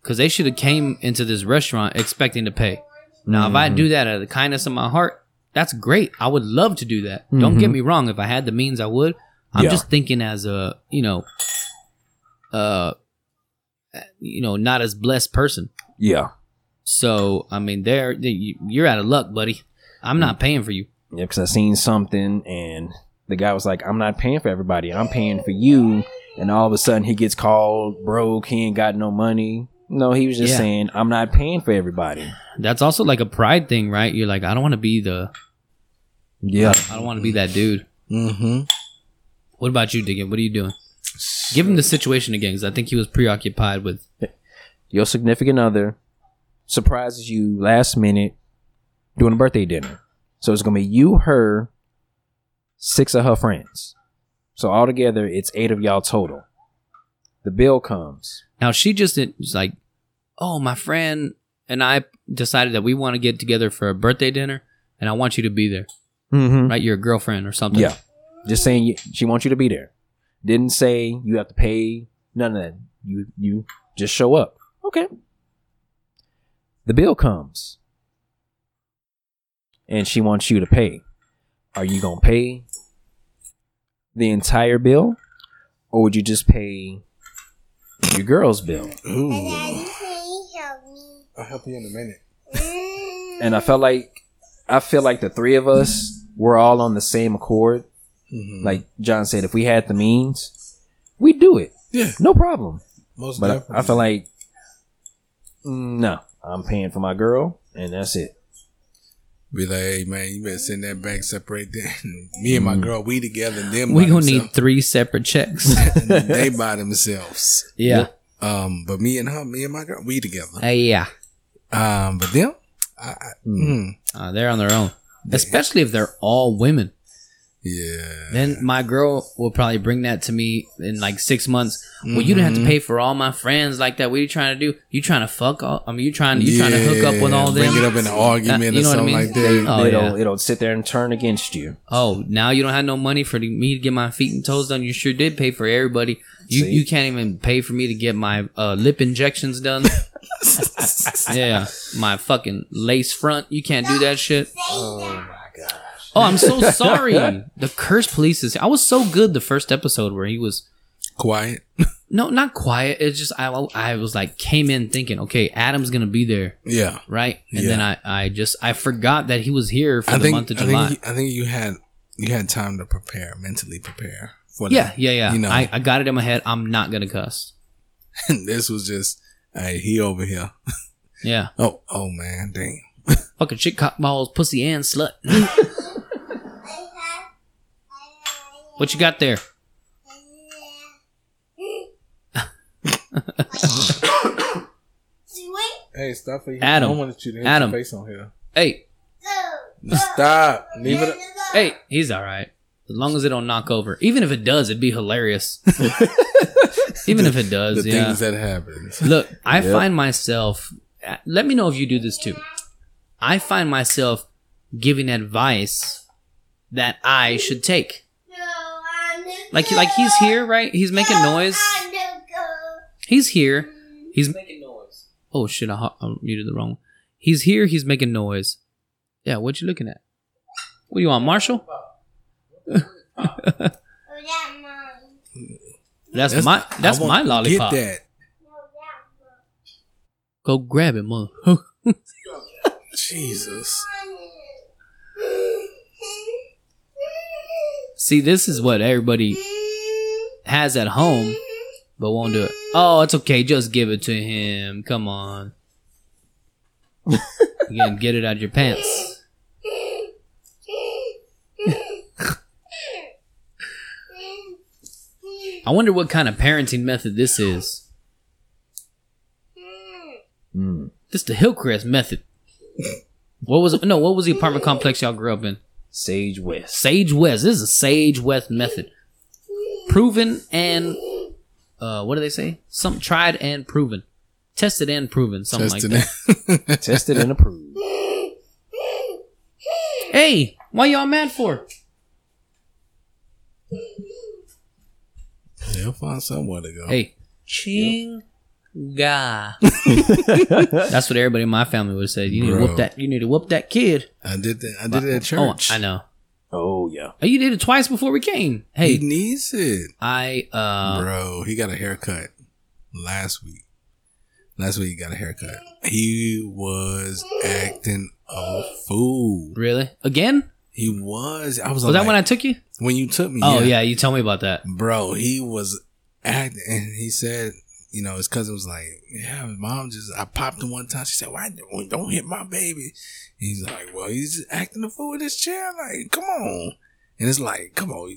Speaker 2: Cause they should have came into this restaurant expecting to pay. Now, if
Speaker 4: Mm-hmm.
Speaker 2: I do that out of the kindness of my heart, that's great. I would love to do that. Don't get me wrong. If I had the means, I would. I'm
Speaker 4: Yeah.
Speaker 2: just thinking as a, you know, uh, you know, not as blessed person.
Speaker 4: Yeah,
Speaker 2: So, I mean, there, you- you're out of luck, buddy. I'm not paying for you.
Speaker 4: yeah, because I seen something, and the guy was like, "I'm not paying for everybody. I'm paying for you." And all of a sudden, he gets called broke. He ain't got no money. No, he was just
Speaker 2: Yeah.
Speaker 4: saying, "I'm not paying for everybody."
Speaker 2: That's also like a pride thing, right? You're like, I don't want to be the,
Speaker 4: Yeah,
Speaker 2: I don't want to be that dude.
Speaker 3: Mm-hmm.
Speaker 2: What about you, Diggin? What are you doing? Give him the situation again, because I think he was preoccupied with.
Speaker 4: your significant other surprises you last minute during a birthday dinner. So it's gonna be you, her, six of her friends. So altogether, it's eight of y'all total. The bill comes.
Speaker 2: Now she just did was like, oh, my friend and I decided that we want to get together for a birthday dinner, and I want you to be there,
Speaker 4: Mm-hmm.
Speaker 2: right? Your girlfriend or something.
Speaker 4: Yeah. Just saying, you, she wants you to be there. Didn't say you have to pay. None of that. You you just show up. Okay. The bill comes, and she wants you to pay. Are you gonna pay the entire bill, or would you just pay your girl's bill?
Speaker 3: Ooh.
Speaker 6: Daddy, please help me.
Speaker 3: I'll help you in a minute.
Speaker 6: Mm.
Speaker 4: And I felt like I feel like the three of us were all on the same accord.
Speaker 3: Mhm.
Speaker 4: Like John said, if we had the means, we'd do it.
Speaker 3: yeah,
Speaker 4: No problem.
Speaker 3: most
Speaker 4: But
Speaker 3: definitely.
Speaker 4: I, I feel like, mm, no, I'm paying for my girl, and that's it.
Speaker 3: Be like, hey man, you better send that back separate. Then me and my girl, we together. And them
Speaker 2: Mm. We
Speaker 3: by
Speaker 2: gonna need
Speaker 3: themselves.
Speaker 2: three separate checks.
Speaker 3: And then they by themselves.
Speaker 2: yeah.
Speaker 3: Um, but me and her, me and my girl, we together.
Speaker 2: Uh, yeah.
Speaker 3: Um, but them, I, I mm,
Speaker 2: Uh, they're on their own, especially if they're all women.
Speaker 3: yeah,
Speaker 2: Then my girl will probably bring that to me in like six months. Well, you didn't have
Speaker 3: Mm-hmm.
Speaker 2: to pay for all my friends like that. What are you trying to do? You trying to fuck all? I mean, you trying to you trying to hook up with all
Speaker 3: Bring it
Speaker 2: them? Uh,
Speaker 3: up in an argument
Speaker 2: you
Speaker 3: or
Speaker 2: know what I
Speaker 3: something
Speaker 2: mean?
Speaker 3: like that.
Speaker 2: Oh,
Speaker 4: it'll
Speaker 2: yeah.
Speaker 4: it'll sit there and turn against you.
Speaker 2: Oh, now you don't have no money for the, me to get my feet and toes done. You sure did pay for everybody. You
Speaker 4: See?
Speaker 2: you can't even pay for me to get my uh, lip injections done. yeah, my fucking lace front. You can't do that shit. Oh, I'm so sorry. the curse police is. I was so good the first episode where he was
Speaker 3: Quiet.
Speaker 2: No, not quiet. It's just I, I was like came in thinking, okay, Adam's gonna be there,
Speaker 3: Yeah,
Speaker 2: right? And
Speaker 3: Yeah.
Speaker 2: then I, I just I forgot that he was here for
Speaker 3: I
Speaker 2: the
Speaker 3: think
Speaker 2: month of
Speaker 3: I
Speaker 2: July.
Speaker 3: think you- I think you had you had time to prepare mentally prepare for
Speaker 2: yeah,
Speaker 3: that.
Speaker 2: yeah, yeah.
Speaker 3: You know.
Speaker 2: I, I got it in my head. I'm not gonna cuss.
Speaker 3: this was just hey, he over here.
Speaker 2: Yeah,
Speaker 3: Oh, oh man, damn.
Speaker 2: fucking shit, cock balls, pussy, and slut. What you got there?
Speaker 6: Sweet
Speaker 5: Hey, stop for you.
Speaker 2: Adam.
Speaker 5: I don't want you to hit
Speaker 2: Adam.
Speaker 5: your face on here.
Speaker 2: Hey,
Speaker 6: go.
Speaker 5: Stop. Leave it.
Speaker 2: hey, he's all right. As long as it don't knock over. Even if it does, it'd be hilarious. Even if it
Speaker 3: The
Speaker 2: does, yeah.
Speaker 3: things that happens.
Speaker 2: Look, I find myself. Let me know if you do this too. I find myself giving advice that I should take. Like, like he's here, right? He's making noise. He's here. He's making noise. Oh shit! I, ho- I muted the wrong. One. He's here. He's making noise. Yeah, what you looking at? What do you want, Marshall? That's, my. That's
Speaker 3: I want
Speaker 2: my
Speaker 3: to
Speaker 2: lollipop.
Speaker 3: Get that.
Speaker 2: Go grab it, mother.
Speaker 3: Jesus.
Speaker 2: See, this is what everybody has at home, but won't do it. Oh, it's okay. Just give it to him. Come on. you can get it out of your pants. I wonder what kind of parenting method this is.
Speaker 4: Mm.
Speaker 2: This the Hillcrest method. What was no? What was the apartment complex y'all grew up in?
Speaker 4: Sage West.
Speaker 2: Sage West. This is a Sage West method, proven and uh, what do they say? Some tried and proven, tested and proven, something
Speaker 3: Testing
Speaker 2: like that.
Speaker 3: it.
Speaker 4: Tested and approved.
Speaker 2: Hey, why y'all mad for?
Speaker 3: They'll find somewhere to go.
Speaker 2: Hey, ching. Ga. That's what everybody in my family would say. You need to
Speaker 3: Bro.
Speaker 2: whoop that. You need to whoop that kid.
Speaker 3: I did that. I did it at
Speaker 2: Oh,
Speaker 3: church.
Speaker 2: I know.
Speaker 4: Oh yeah.
Speaker 2: Oh, you did it twice before we came. Hey,
Speaker 3: He needs it,
Speaker 2: I uh,
Speaker 3: bro. He got a haircut last week. Last week he got a haircut. He was acting a fool.
Speaker 2: really again.
Speaker 3: He was. I was.
Speaker 2: Was that
Speaker 3: like,
Speaker 2: when I took you?
Speaker 3: when you took me?
Speaker 2: Oh yeah, you told me about that.
Speaker 3: bro. He was acting, and he said, you know, his cousin was like, "Yeah, his mom just." I popped him one time. She said, "Why don't- don't hit my baby?" He's like, "Well, he's just acting a fool in his chair. Like, come on." And it's like, "Come on,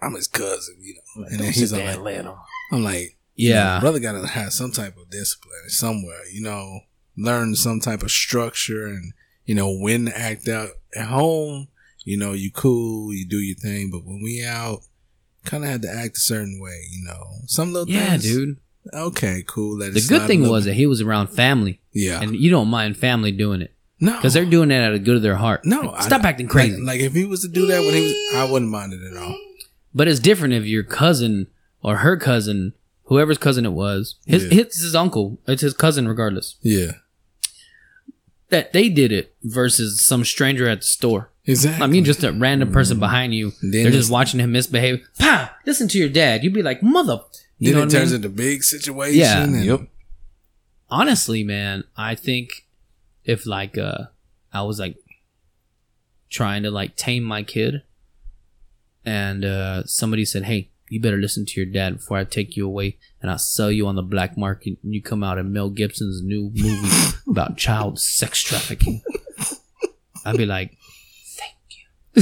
Speaker 3: I'm his cousin," you know. And then he's all like, "I'm like."
Speaker 2: Yeah,
Speaker 3: brother got to have some type of discipline somewhere, you know, learn some type of structure and, you know, when to act out at home, you know, you cool, you do your thing, but when we out, kind of had to act a certain way, you know. Some little
Speaker 2: Yeah,
Speaker 3: things.
Speaker 2: dude.
Speaker 3: Okay, cool. Let it
Speaker 2: The
Speaker 3: slide
Speaker 2: good
Speaker 3: a
Speaker 2: thing
Speaker 3: little
Speaker 2: was
Speaker 3: bit.
Speaker 2: that he was around family,
Speaker 3: yeah,
Speaker 2: and you don't mind family doing it
Speaker 3: no,
Speaker 2: because they're doing it out of good of their heart.
Speaker 3: no.
Speaker 2: Like,
Speaker 3: I-
Speaker 2: stop acting crazy.
Speaker 3: Like, like if he was to do that when he was, I wouldn't mind it at all.
Speaker 2: But it's different if your cousin or her cousin, whoever's cousin it was, his
Speaker 3: Yeah.
Speaker 2: it's his uncle, it's his cousin, regardless.
Speaker 3: Yeah,
Speaker 2: That they did it versus some stranger at the store.
Speaker 3: exactly.
Speaker 2: I mean, just a random person behind you.
Speaker 3: Mm. Then
Speaker 2: they're
Speaker 3: it's-
Speaker 2: just watching him misbehave. Pa, listen to your dad. You'd be like, mother. You
Speaker 3: then
Speaker 2: know
Speaker 3: it
Speaker 2: what I
Speaker 3: turns
Speaker 2: mean?
Speaker 3: into big situation.
Speaker 2: Yeah.
Speaker 3: and-
Speaker 4: Yep.
Speaker 2: Honestly, man, I think if like uh I was like trying to like tame my kid, and uh somebody said, "Hey, you better listen to your dad before I take you away and I sell you on the black market." And you come out in Mel Gibson's new movie about child sex trafficking. I'd be like,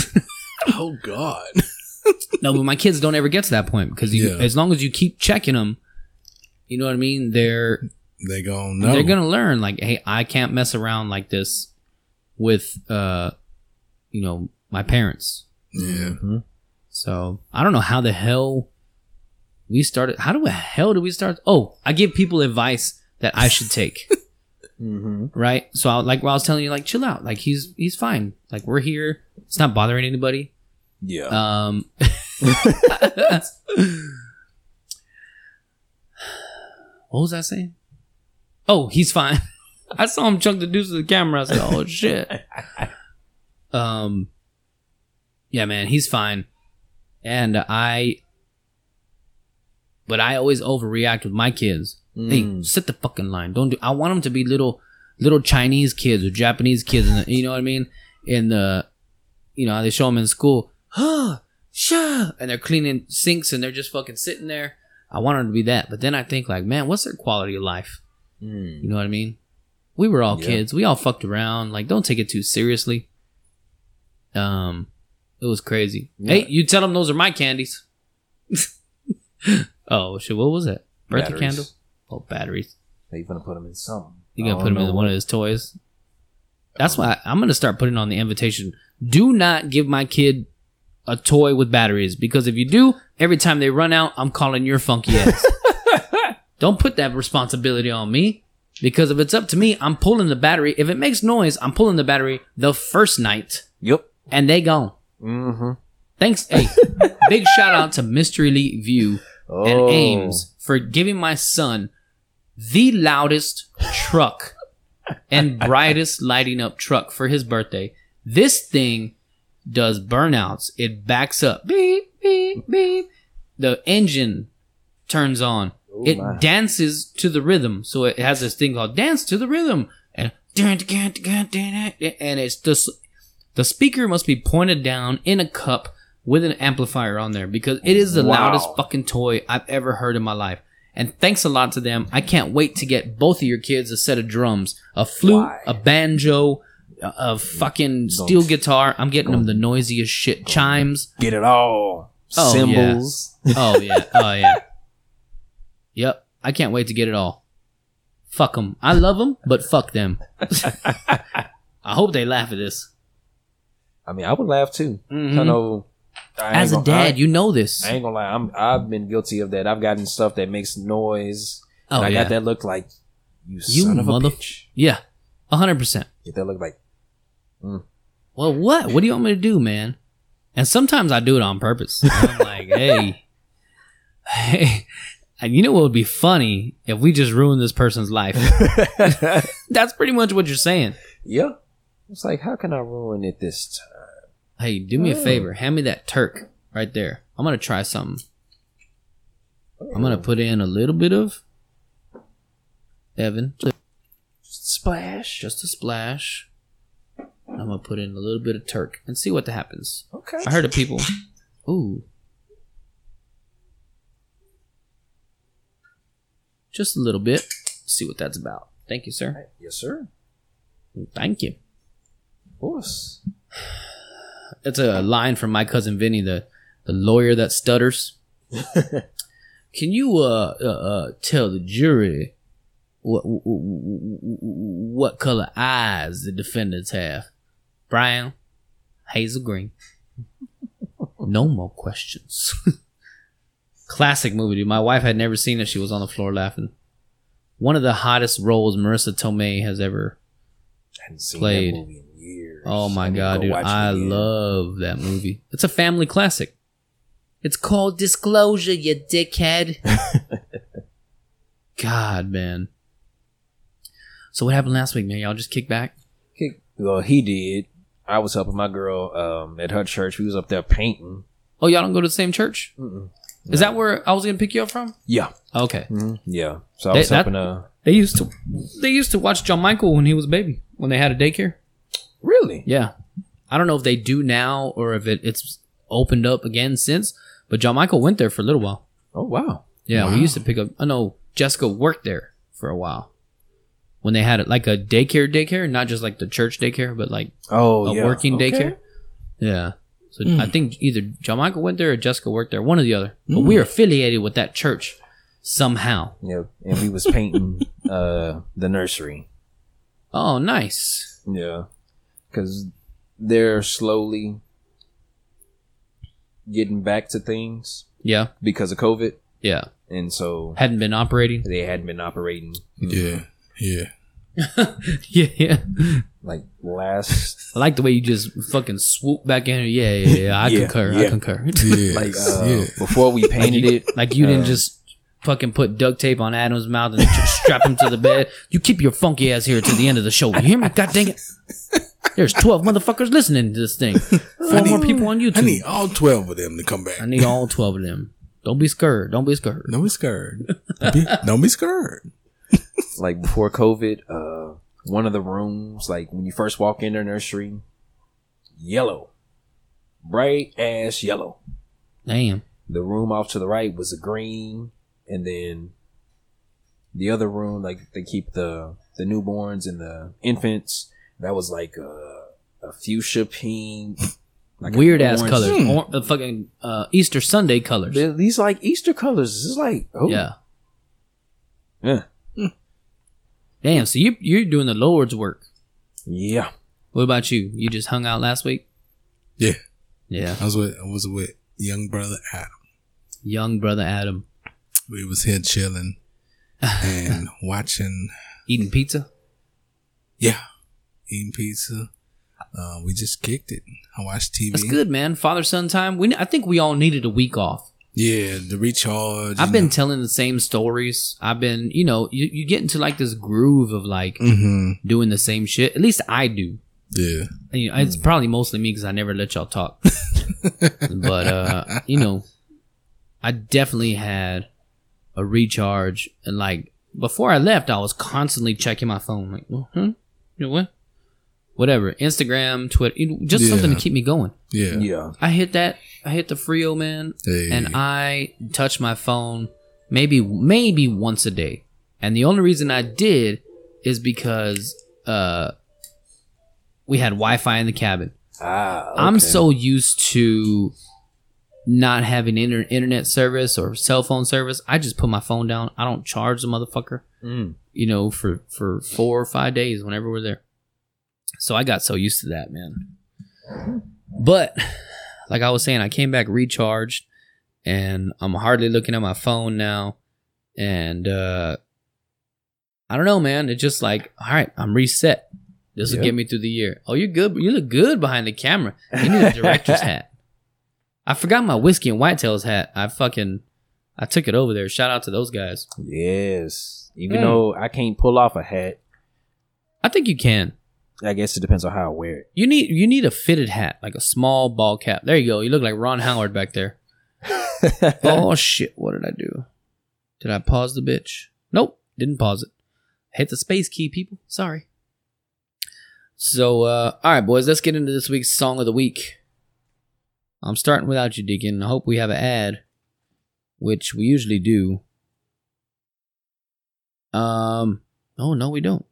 Speaker 3: Oh God.
Speaker 2: No, but my kids don't ever get to that point because you,
Speaker 3: Yeah.
Speaker 2: as long as you keep checking them, you know what I mean. They're
Speaker 3: They gonna know.
Speaker 2: they're gonna learn like, hey, I can't mess around like this with uh, you know, my parents.
Speaker 3: Yeah.
Speaker 4: Mhm.
Speaker 2: So I don't know how the hell we started. How the hell did we start? Oh, I give people advice that I should take,
Speaker 3: mm-hmm.
Speaker 4: Mhm.
Speaker 2: right? So I, like, while I was telling you, like, chill out. Like he's he's fine. Like we're here. It's not bothering anybody.
Speaker 4: Yeah.
Speaker 2: Um, what was I saying? Oh, he's fine. I saw him chunk the deuce to the camera. I said, "Oh shit." um, yeah, man, he's fine, and I. But I always overreact with my kids. Hey,
Speaker 4: Mm.
Speaker 2: sit the fucking line. Don't do. I want them to be little, little Chinese kids or Japanese kids. And you know what I mean? And the, you know, they show them in school. Huh, sha, and they're cleaning sinks and they're just fucking sitting there. I want them to be that. But then I think like, man, what's their quality of life?
Speaker 4: Mm.
Speaker 2: You know what I mean? We were all
Speaker 4: Yeah.
Speaker 2: kids. We all fucked around. Like, don't take it too seriously. Um, it was crazy.
Speaker 4: Yeah.
Speaker 2: Hey, you tell them those are my candies. oh shit! What was that? Birthday
Speaker 4: Batteries.
Speaker 2: candle? Oh, batteries.
Speaker 4: They gonna put them in some.
Speaker 2: You
Speaker 4: I
Speaker 2: gonna put
Speaker 4: don't
Speaker 2: him in
Speaker 4: know Uh,
Speaker 2: one of his toys. That's why I'm gonna start putting on the invitation. Do not give my kid a toy with batteries because if you do, every time they run out, I'm calling your funky ass. Don't put that responsibility on me because if it's up to me, I'm pulling the battery. If it makes noise, I'm pulling the battery the first night
Speaker 4: Yep.
Speaker 2: and they gone.
Speaker 4: Mm-hmm.
Speaker 2: Thanks. Hey, big shout out to Mystery Elite View
Speaker 4: Oh.
Speaker 2: and Ames for giving my son the loudest truck and brightest lighting up truck for his birthday. This thing does burnouts. It backs up. Beep, beep, beep. The engine turns on.
Speaker 4: Oh,
Speaker 2: it
Speaker 4: my.
Speaker 2: dances to the rhythm. So it has this thing called dance to the rhythm. And and it's just the speaker must be pointed down in a cup with an amplifier on there because it is the
Speaker 4: Wow.
Speaker 2: loudest fucking toy I've ever heard in my life. And thanks a lot to them. I can't wait to get both of your kids a set of drums, a flute,
Speaker 4: Why?
Speaker 2: a banjo, a, a fucking steel guitar. I'm getting them the noisiest shit chimes.
Speaker 4: Get it all.
Speaker 2: Oh,
Speaker 4: Symbols.
Speaker 2: Oh yeah, oh yeah. Yep, I can't wait to get it all. Fuck them. I love them, but fuck them. I hope they laugh at this.
Speaker 4: I mean, I would laugh too. I
Speaker 2: Mhm.
Speaker 4: know. I ain't
Speaker 2: As a
Speaker 4: gonna-
Speaker 2: dad,
Speaker 4: I,
Speaker 2: you know this.
Speaker 4: I ain't gonna lie. I'm. I've been guilty of that. I've gotten stuff that makes noise.
Speaker 2: Oh
Speaker 4: and I
Speaker 2: yeah,
Speaker 4: got that look like you,
Speaker 2: You
Speaker 4: son of a
Speaker 2: mother-
Speaker 4: bitch.
Speaker 2: yeah, hundred percent.
Speaker 4: Get that look like
Speaker 2: Well, what? What do you want me to do, man? And sometimes I do it on purpose. I'm like, hey, hey, and you know what would be funny if we just ruined this person's life? That's pretty much what you're saying.
Speaker 4: yeah. It's like how can I ruin it this time?
Speaker 2: Hey, do me a
Speaker 4: Oh.
Speaker 2: favor. Hand me that Turk right there. I'm gonna try something. I'm gonna put in a little bit of Evan, just
Speaker 4: splash.
Speaker 2: just a splash. I'm gonna put in a little bit of Turk and see what happens.
Speaker 4: Okay.
Speaker 2: I heard of people. Ooh. Just a little bit. See what that's about. Thank you, sir.
Speaker 4: Yes, sir.
Speaker 2: Thank you.
Speaker 4: Of course.
Speaker 2: That's a line from my cousin Vinny, the, the lawyer that stutters. Can you uh, uh, uh tell the jury what wh- wh- wh- wh- what color eyes the defendants have? Brown, hazel green. No more questions. Classic movie, dude. My wife had never seen it. She was on the floor laughing. One of the hottest roles Marissa Tomei has ever.
Speaker 4: I haven't seen
Speaker 2: Played.
Speaker 4: that movie in years.
Speaker 2: Oh
Speaker 4: I
Speaker 2: my
Speaker 4: need to
Speaker 2: god,
Speaker 4: go
Speaker 2: dude!
Speaker 4: watch it
Speaker 2: I
Speaker 4: again.
Speaker 2: love that movie. It's a family classic. It's called Disclosure, you dickhead. god, man. So what happened last week, man? Y'all just kick back.
Speaker 4: He- Well, he did. I was helping my girl um, at her church. We was up there painting.
Speaker 2: Oh, y'all don't go to the same church?
Speaker 4: Mm-mm.
Speaker 2: Is that where I was gonna pick you up from?
Speaker 4: Yeah,
Speaker 2: Okay.
Speaker 4: Mhm. yeah. So I
Speaker 2: They-
Speaker 4: was
Speaker 2: that-
Speaker 4: helping. Uh,
Speaker 2: They used to they used to watch John Michael when he was a baby, when they had a daycare.
Speaker 4: really?
Speaker 2: Yeah. I don't know if they do now or if it, it's opened up again since, but John Michael went there for a little while.
Speaker 4: Oh wow.
Speaker 2: Yeah, we used to pick up I know Jessica worked there for a while. When they had it like a daycare daycare, not just like the church daycare, but like
Speaker 4: Oh,
Speaker 2: a
Speaker 4: yeah.
Speaker 2: working
Speaker 4: Okay. Hmm.
Speaker 2: daycare. Yeah. So I think either John Michael went there or Jessica worked there, one or the other. But
Speaker 4: Hmm.
Speaker 2: we're affiliated with that church somehow.
Speaker 4: Yeah, and we was painting uh, the nursery.
Speaker 2: Oh, nice.
Speaker 4: Yeah, because they're slowly getting back to things
Speaker 2: Yeah.
Speaker 4: because of COVID,
Speaker 2: Yeah.
Speaker 4: and so
Speaker 2: Hadn't been operating.
Speaker 4: they hadn't been operating
Speaker 2: Mm.
Speaker 3: Yeah. Yeah.
Speaker 2: yeah, yeah.
Speaker 4: like last
Speaker 2: I like the way you just fucking swoop back in. Yeah, yeah, yeah. I
Speaker 4: Yeah,
Speaker 2: concur. I
Speaker 4: yeah.
Speaker 2: concur.
Speaker 3: Yeah.
Speaker 4: like uh,
Speaker 3: yeah.
Speaker 4: before we painted it.
Speaker 2: like you didn't
Speaker 4: Uh,
Speaker 2: just fucking put duct tape on Adam's mouth and just strap him to the bed. You keep your funky ass here to the end of the show. You hear me? God dang it. There's 12 motherfuckers listening to this thing. Four more people on YouTube.
Speaker 3: I need all 12 of them to come back.
Speaker 2: I need all 12 of them. Don't be scared. Don't be scared.
Speaker 3: Don't be scared. Don't be, don't be scared.
Speaker 4: like before COVID, uh, one of the rooms, like when you first walk in their nursery, yellow, bright ass yellow.
Speaker 2: Damn.
Speaker 4: The room off to the right was a green, and then the other room, like they keep the the newborns and the infants, that was like a, a fuchsia pink, like an
Speaker 2: Weird ass
Speaker 4: orange- Hmm.
Speaker 2: colors. Or, uh, fucking uh, Easter Sunday colors.
Speaker 4: They're- These like Easter colors. It's like oh
Speaker 2: Yeah. Hmm.
Speaker 4: yeah
Speaker 2: Damn. So you, you're doing the Lord's work.
Speaker 4: yeah
Speaker 2: What about you? You just hung out last week?
Speaker 3: Yeah.
Speaker 2: Yeah.
Speaker 3: I was with I was with young brother Adam.
Speaker 2: Young brother Adam
Speaker 3: We was here chilling and watching
Speaker 2: eating pizza.
Speaker 3: yeah, eating pizza. Uh, we just kicked it. I watched TV.
Speaker 2: That's good, man. Father son time. We I think we all needed a week off.
Speaker 3: Yeah, the recharge.
Speaker 2: I've been telling the same stories. I've been, you know, you, you get into like this groove of like
Speaker 3: Mm-hmm.
Speaker 2: doing the same shit. At least I do.
Speaker 3: Yeah.
Speaker 2: And, you know, it's probably mostly me because I never let y'all talk. but uh, you know, I definitely had a recharge, and like before I left, I was constantly checking my phone, like, well, hmm, you know what, whatever, Instagram, Twitter, you know, just something
Speaker 3: Yeah.
Speaker 2: to keep me going.
Speaker 3: Yeah.
Speaker 4: yeah
Speaker 2: I hit that, I hit the Frio man,
Speaker 3: Hey.
Speaker 2: and I touch my phone maybe maybe once a day. And the only reason I did is because uh we had Wi-Fi in the cabin.
Speaker 4: ah
Speaker 2: I'm
Speaker 4: okay.
Speaker 2: so used to not having inter- internet service or cell phone service. I just put my phone down. I don't charge the motherfucker
Speaker 4: Mm.
Speaker 2: you know, for for four or five days whenever we're there. So I got so used to that, man. But like I was saying, I came back recharged, and I'm hardly looking at my phone now. And uh I don't know, man. It's just like, all right, I'm reset. This will
Speaker 4: Yeah.
Speaker 2: get me through the year. Oh, you're good. You look good behind the camera. You need a director's hat. I forgot my whiskey and whitetails hat. I fucking, I took it over there. Shout out to those guys.
Speaker 4: Yes. Even
Speaker 2: Mm.
Speaker 4: though I can't pull off a hat,
Speaker 2: I think you can.
Speaker 4: I guess it depends on how I wear it.
Speaker 2: You need you need a fitted hat, like a small ball cap. There you go. You look like Ron Howard back there. oh shit! What did I do? Did I pause the bitch? Nope, didn't pause it. Hit the space key, people. Sorry. So, uh, all right, boys, let's get into this week's song of the week. I'm starting without you, Deacon. I hope we have an ad, which we usually do. Um, oh no, we don't.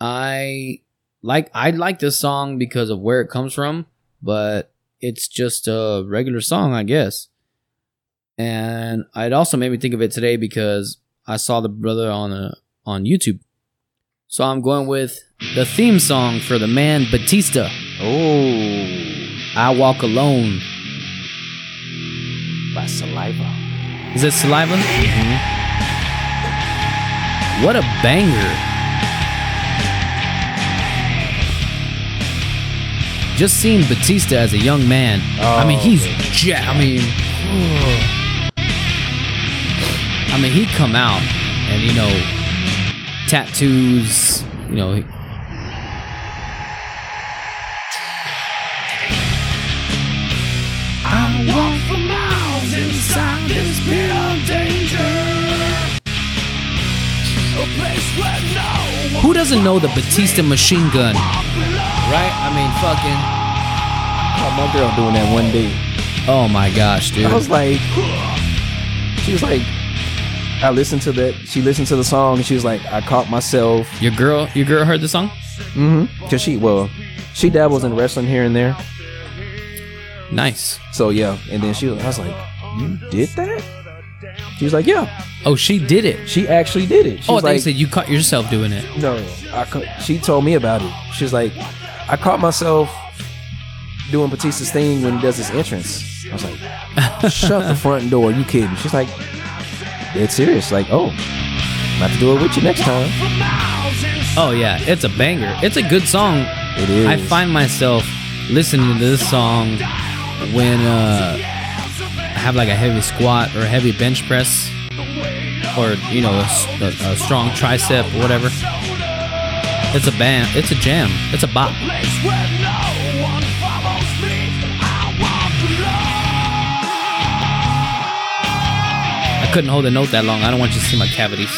Speaker 2: I like I like this song because of where it comes from, but it's just a regular song, I guess. And it also made me think of it today because I saw the brother on a, on YouTube. So I'm going with the theme song for the man Batista.
Speaker 4: Oh.
Speaker 2: I walk alone.
Speaker 4: by saliva.
Speaker 2: Is that saliva?
Speaker 4: Mm-hmm.
Speaker 2: What a banger. Just seeing Batista as a young Oh, man. I mean, he's jack. I mean, I mean, he'd come out and, you know, tattoos, you know. he- Who doesn't know the Batista machine gun? Right? I mean, fucking.
Speaker 4: Caught my girl doing that one day.
Speaker 2: Oh my gosh, dude.
Speaker 4: I was like, she was like, I listened to that. She listened to the song and she was like, I caught myself.
Speaker 2: Your girl, your girl heard the song?
Speaker 4: Mm-hmm. Cause she, well, she dabbles in wrestling here and there.
Speaker 2: Nice.
Speaker 4: So yeah, and then she, I was like, you did that? She was like, yeah,
Speaker 2: Oh, she did it.
Speaker 4: she actually did it. She
Speaker 2: oh, I
Speaker 4: was
Speaker 2: thought you
Speaker 4: like,
Speaker 2: said you caught yourself doing it.
Speaker 4: no, I. Ca- she told me about it. She was like, I caught myself doing Batista's thing when he does his entrance. I was like, shut the front door. You kidding? She's like, dead serious. Like, oh, about to do it with you next time.
Speaker 2: Oh yeah, it's a banger. It's a good song.
Speaker 4: It is.
Speaker 2: I find myself listening to this song when uh, I have like a heavy squat or a heavy bench press, or you know a, s- a- a strong tricep or whatever. It's a bam. It's a jam. It's a bop. I couldn't hold a note that long. I don't want you to see my cavities.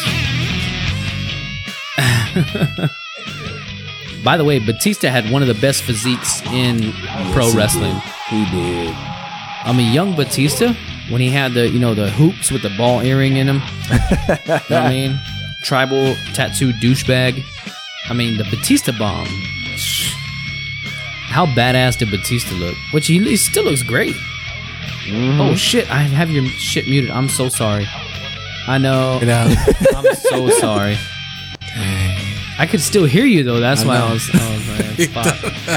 Speaker 2: By the way, Batista had one of the best physiques in pro
Speaker 4: Yes, he
Speaker 2: wrestling.
Speaker 4: He did.
Speaker 2: I mean, young Batista when he had the you know the hoops with the ball earring in him. you know what I mean, tribal tattoo douchebag. I mean, the Batista bomb. How badass did Batista look? Which he, he still looks great.
Speaker 3: Mm-hmm.
Speaker 2: Oh shit! I have your shit muted. I'm so sorry. I know.
Speaker 3: Get out.
Speaker 2: I'm so sorry. I could still hear you though. That's
Speaker 3: I
Speaker 2: why I
Speaker 3: know.
Speaker 2: was. I was like, fuck.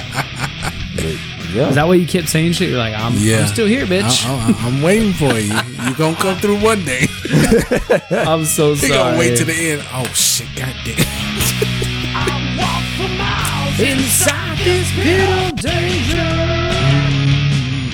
Speaker 4: Yeah.
Speaker 2: Is that why you kept saying shit? You're like, I'm,
Speaker 3: Yeah.
Speaker 2: I'm still here, bitch.
Speaker 3: I, I, I'm waiting for you. You gonna come through one day.
Speaker 2: I'm so
Speaker 3: You
Speaker 2: sorry.
Speaker 3: Uh-uh. gonna wait to the end. Oh shit! God damn.
Speaker 2: Inside this pit of danger.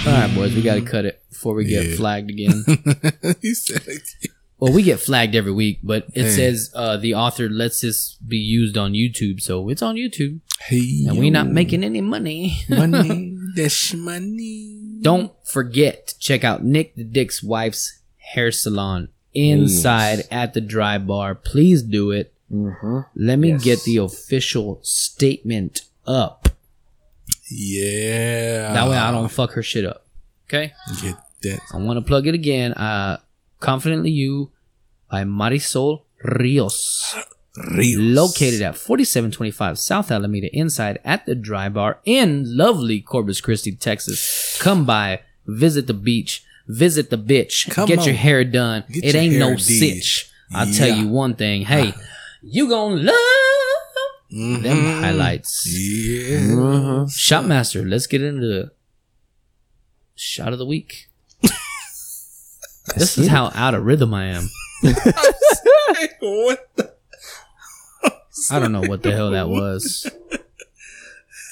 Speaker 2: Hmm. All right, boys, we got
Speaker 4: Hmm.
Speaker 2: to cut it before we get
Speaker 3: Yeah.
Speaker 2: flagged again.
Speaker 3: he said it.
Speaker 2: well, we get flagged every week, but it
Speaker 3: Hey.
Speaker 2: says uh, the author lets this be used on YouTube, so it's on YouTube,
Speaker 3: Hey,
Speaker 2: and we're not making any money.
Speaker 3: money. That's money.
Speaker 2: Don't forget to check out Nick the Dick's wife's hair salon inside
Speaker 4: Yes.
Speaker 2: at the dry bar. Please do it.
Speaker 4: Mm-hmm.
Speaker 2: Let me
Speaker 4: Yes.
Speaker 2: get the official statement up.
Speaker 3: Yeah.
Speaker 2: That way, I
Speaker 4: Ah.
Speaker 2: don't fuck her shit up. Okay.
Speaker 3: get that.
Speaker 2: I want to plug it again. Uh, Confidently You by Marisol Rios.
Speaker 3: Real.
Speaker 2: Located at 4725 South Alameda Inside at the Dry Bar in lovely Corpus Christi, Texas. Come by, visit the beach, visit the bitch,
Speaker 3: Come
Speaker 2: get
Speaker 3: on.
Speaker 2: your hair done.
Speaker 3: Get
Speaker 2: it
Speaker 3: your
Speaker 2: ain't no
Speaker 3: hair did.
Speaker 2: sitch. I'll tell
Speaker 3: Yeah. Uh-huh.
Speaker 2: you one thing. Hey, you gonna love
Speaker 3: Mhm.
Speaker 2: them highlights.
Speaker 3: Yeah.
Speaker 2: Shotmaster, let's get into the shot of the week. this is how out of rhythm I am.
Speaker 3: what?
Speaker 2: I don't know what the hell that was.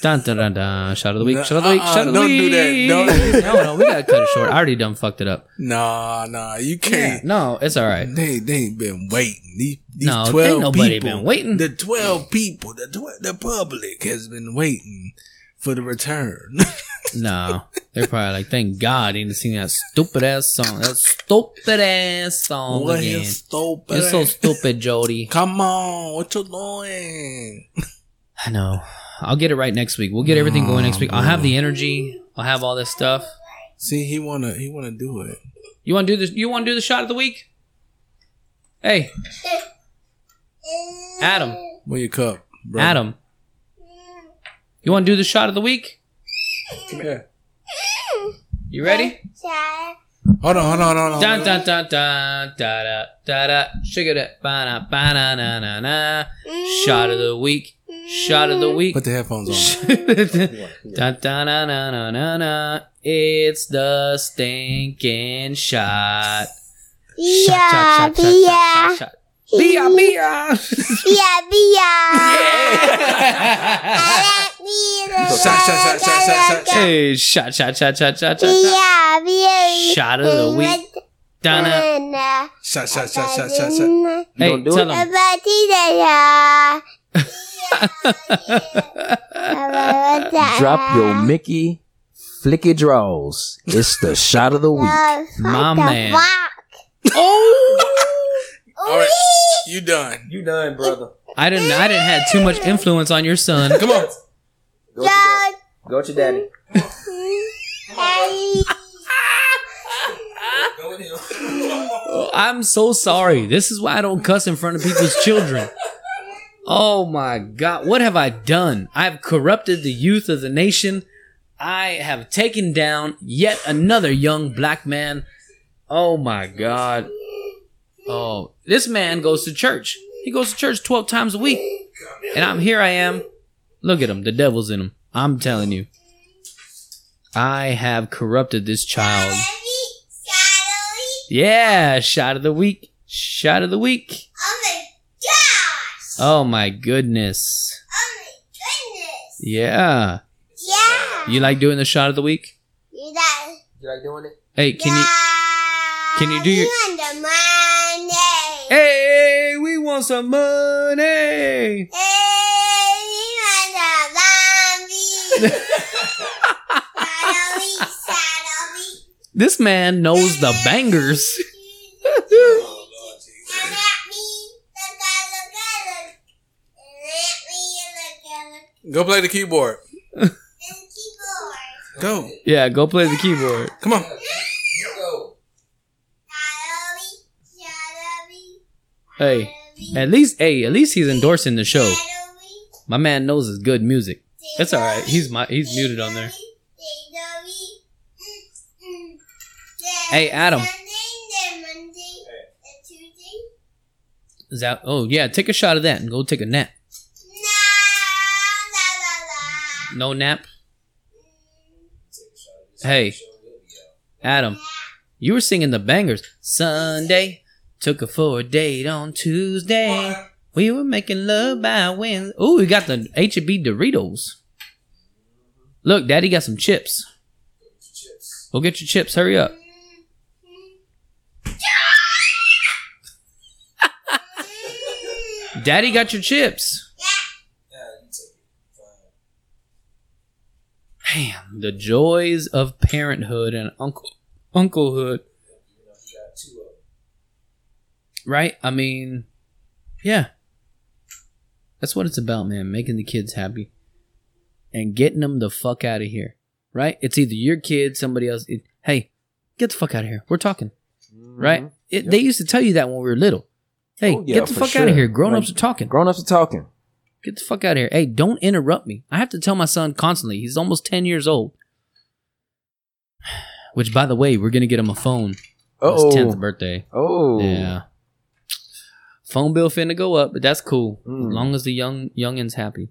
Speaker 2: Dun dun dun dun. Shot of the week.
Speaker 3: No,
Speaker 2: Shot of the week.
Speaker 3: uh-uh,
Speaker 2: Shot of the
Speaker 3: don't
Speaker 2: week.
Speaker 3: do that. Don't-
Speaker 2: No, no, we gotta cut it short. I already done fucked it up.
Speaker 3: Nah, nah. You can't.
Speaker 2: No, it's all right.
Speaker 3: They they ain't been waiting. These, these
Speaker 2: No, ain't
Speaker 3: twelve
Speaker 2: nobody
Speaker 3: people,
Speaker 2: been waiting.
Speaker 3: The twelve people, the tw- the public has been waiting for the return.
Speaker 2: No, they're probably like, thank God, he didn't sing that stupid ass song. That stupid ass song
Speaker 3: what
Speaker 2: again.
Speaker 3: is stupid?
Speaker 2: You're so stupid, Jody.
Speaker 3: Come on, what you doing?
Speaker 2: I know. I'll get it right next week. We'll get everything going next week. I'll have the energy. I'll have all this stuff.
Speaker 3: See, he wanna he wanna do it.
Speaker 2: You want to do this? You want to do the shot of the week? Hey, Adam.
Speaker 3: Where your cup, bro?
Speaker 2: Adam. You want to do the shot of the week?
Speaker 3: Come here.
Speaker 2: You ready?
Speaker 3: Hold on, hold on, hold on.
Speaker 2: Dun dun dun dun da da da da sugar da ba na ba na na na na shot of the week Shot of the week.
Speaker 3: Put the headphones on.
Speaker 2: da, da, na, na, na, na, na. It's the stinking shot. Shot,
Speaker 6: Yeah,
Speaker 2: shot, shot, shot,
Speaker 6: yeah,
Speaker 2: shot, shot, shot. Bia, bia.
Speaker 6: yeah, yeah.
Speaker 2: Yeah.
Speaker 3: Shot, shot, shot, shot, shot, shot, shot.
Speaker 2: Hey, shot, shot, shot, shot, shot, shot, shot.
Speaker 6: Yeah, yeah.
Speaker 2: Shot of the week. Donna.
Speaker 3: Shot, shot, shot, shot, shot, shot.
Speaker 2: Hey,
Speaker 4: gonna do
Speaker 2: tell
Speaker 4: it?
Speaker 2: him.
Speaker 4: Drop your Mickey flicky draws. It's the shot of the week.
Speaker 2: My man.
Speaker 3: All right, you done.
Speaker 5: You done, brother.
Speaker 2: I didn't. I didn't have too much influence on your son.
Speaker 3: Come on.
Speaker 4: Go to, dad- go to daddy.
Speaker 5: Go with him.
Speaker 2: I'm so sorry. This is why I don't cuss in front of people's children. Oh my God. What have I done? I've corrupted the youth of the nation. I have taken down yet another young black man. Oh my God. Oh, this man goes to church. He goes to church 12 times a week. And I'm here I am. Look at him. The devil's in him. I'm telling you. I have corrupted this child. Yeah, shot of the week. Shot of the week. Oh my goodness.
Speaker 6: Oh
Speaker 2: Yeah. You like doing the shot of the week?
Speaker 4: You like doing it?
Speaker 2: Hey, can you can you do your-
Speaker 6: on the Monday?
Speaker 2: Hey, we want some money.
Speaker 6: Hey, you on the zombie? Shadowy, shadowy.
Speaker 2: This man knows the bangers.
Speaker 6: And at me, look at, look at, look. And at me, look at, look.
Speaker 3: Go play the keyboard.
Speaker 6: And keyboard.
Speaker 3: Go.
Speaker 2: Yeah, go play the keyboard.
Speaker 3: Come on.
Speaker 6: Shadowy, shadowy.
Speaker 2: Hey, at least hey, at least he's endorsing the show. My man knows his good music. It's all right. He's my he's muted on there. Hey, Adam. Is that? Oh yeah, take a shot of that and go take a nap. No nap. Hey, Adam, you were singing the bangers. Sunday took her for a date on Tuesday. We were making love by Wednesday. Ooh, we got the H E B Doritos. Look, Daddy got some chips. Go get your chips. Hurry up. Daddy got your chips. Damn, the joys of parenthood and uncle unclehood. Right? I mean, yeah. That's what it's about, man. Making the kids happy and getting them the fuck out of here. Right? It's either your kid, somebody else. It, hey, get the fuck out of here. We're talking, right? It, They used to tell you that when we were little. Hey,
Speaker 4: Mm-hmm. Oh, yeah,
Speaker 2: get the
Speaker 4: for
Speaker 2: fuck out of
Speaker 4: sure.
Speaker 2: here. Grown ups
Speaker 4: Like,
Speaker 2: are talking.
Speaker 4: Grown ups are talking.
Speaker 2: Get the fuck out of here. Hey, don't interrupt me. I have to tell my son constantly. He's almost 10 years old. Which, by the way, we're going to get him a phone for his 10th
Speaker 4: Oh,
Speaker 2: birthday.
Speaker 4: oh,
Speaker 2: Yeah. Phone bill finna go up, but that's cool.
Speaker 4: Mm.
Speaker 2: As long as the young youngin's happy.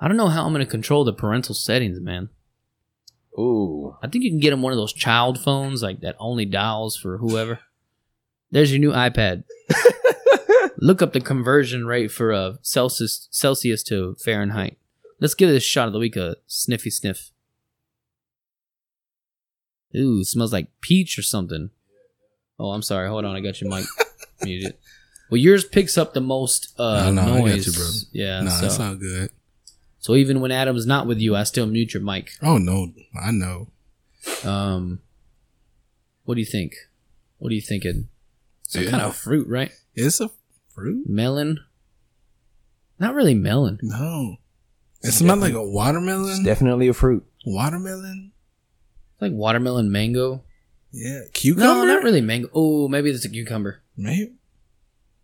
Speaker 2: I don't know how I'm going to control the parental settings, man.
Speaker 4: Ooh.
Speaker 2: I think you can get him one of those child phones like that only dials for whoever. There's your new iPad. Look up the conversion rate for uh, Celsius Celsius to Fahrenheit. Let's give this shot of the week a sniffy sniff. Ooh, it smells like peach or something. Oh, I'm sorry. Hold on, I got your mic muted. Well, yours picks up the most uh,
Speaker 3: No, no, I got
Speaker 2: noise.
Speaker 3: you, bro.
Speaker 2: Yeah.
Speaker 3: No, that's
Speaker 2: so.
Speaker 3: not good.
Speaker 2: so even when Adam's not with you, I still mute your mic.
Speaker 3: Oh no, I know.
Speaker 2: Um, what do you think? What are you thinking? Some
Speaker 3: Yeah.
Speaker 2: kind of fruit, right?
Speaker 3: It's a fruit.
Speaker 2: Melon? Not really melon.
Speaker 3: No, it smells like a watermelon.
Speaker 4: It's definitely a fruit.
Speaker 3: watermelon.
Speaker 2: Like watermelon, mango.
Speaker 3: Yeah,
Speaker 2: No,
Speaker 3: cucumber.
Speaker 2: not really mango. Oh, maybe it's a cucumber.
Speaker 3: Maybe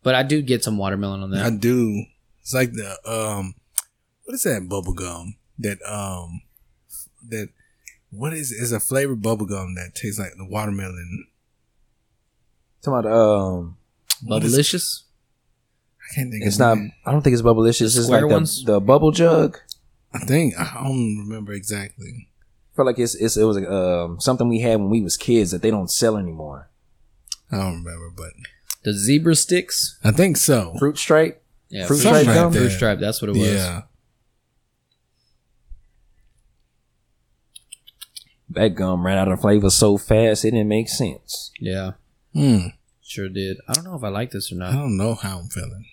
Speaker 2: But I do get some watermelon on
Speaker 3: I
Speaker 2: that.
Speaker 3: do. It's like the um, what is that bubble gum? That um, that what is? It's a flavored bubble gum that tastes like the watermelon.
Speaker 4: Talking about um,
Speaker 3: What is-
Speaker 2: Bubblicious.
Speaker 3: I can't think.
Speaker 4: It's
Speaker 3: of
Speaker 4: not.
Speaker 3: the name.
Speaker 4: I don't think it's bubblicious. It's
Speaker 2: Mm-hmm. square
Speaker 4: like the,
Speaker 2: ones?
Speaker 4: the bubble jug.
Speaker 3: I think I don't remember exactly.
Speaker 4: I feel like it's, it's it was um, something we had when we was kids that they don't sell anymore.
Speaker 3: I don't remember, but
Speaker 2: The zebra sticks.
Speaker 3: I think so.
Speaker 4: Fruit stripe.
Speaker 2: Yeah,
Speaker 4: Fruit
Speaker 2: stripe.
Speaker 4: stripe gum?
Speaker 2: Fruit stripe. That's what it was.
Speaker 3: Yeah,
Speaker 4: That gum ran out of flavor so fast it didn't make sense.
Speaker 2: Yeah,
Speaker 3: Hmm.
Speaker 2: sure did. I don't know if I like this or
Speaker 3: I
Speaker 2: not.
Speaker 3: don't know how I'm feeling.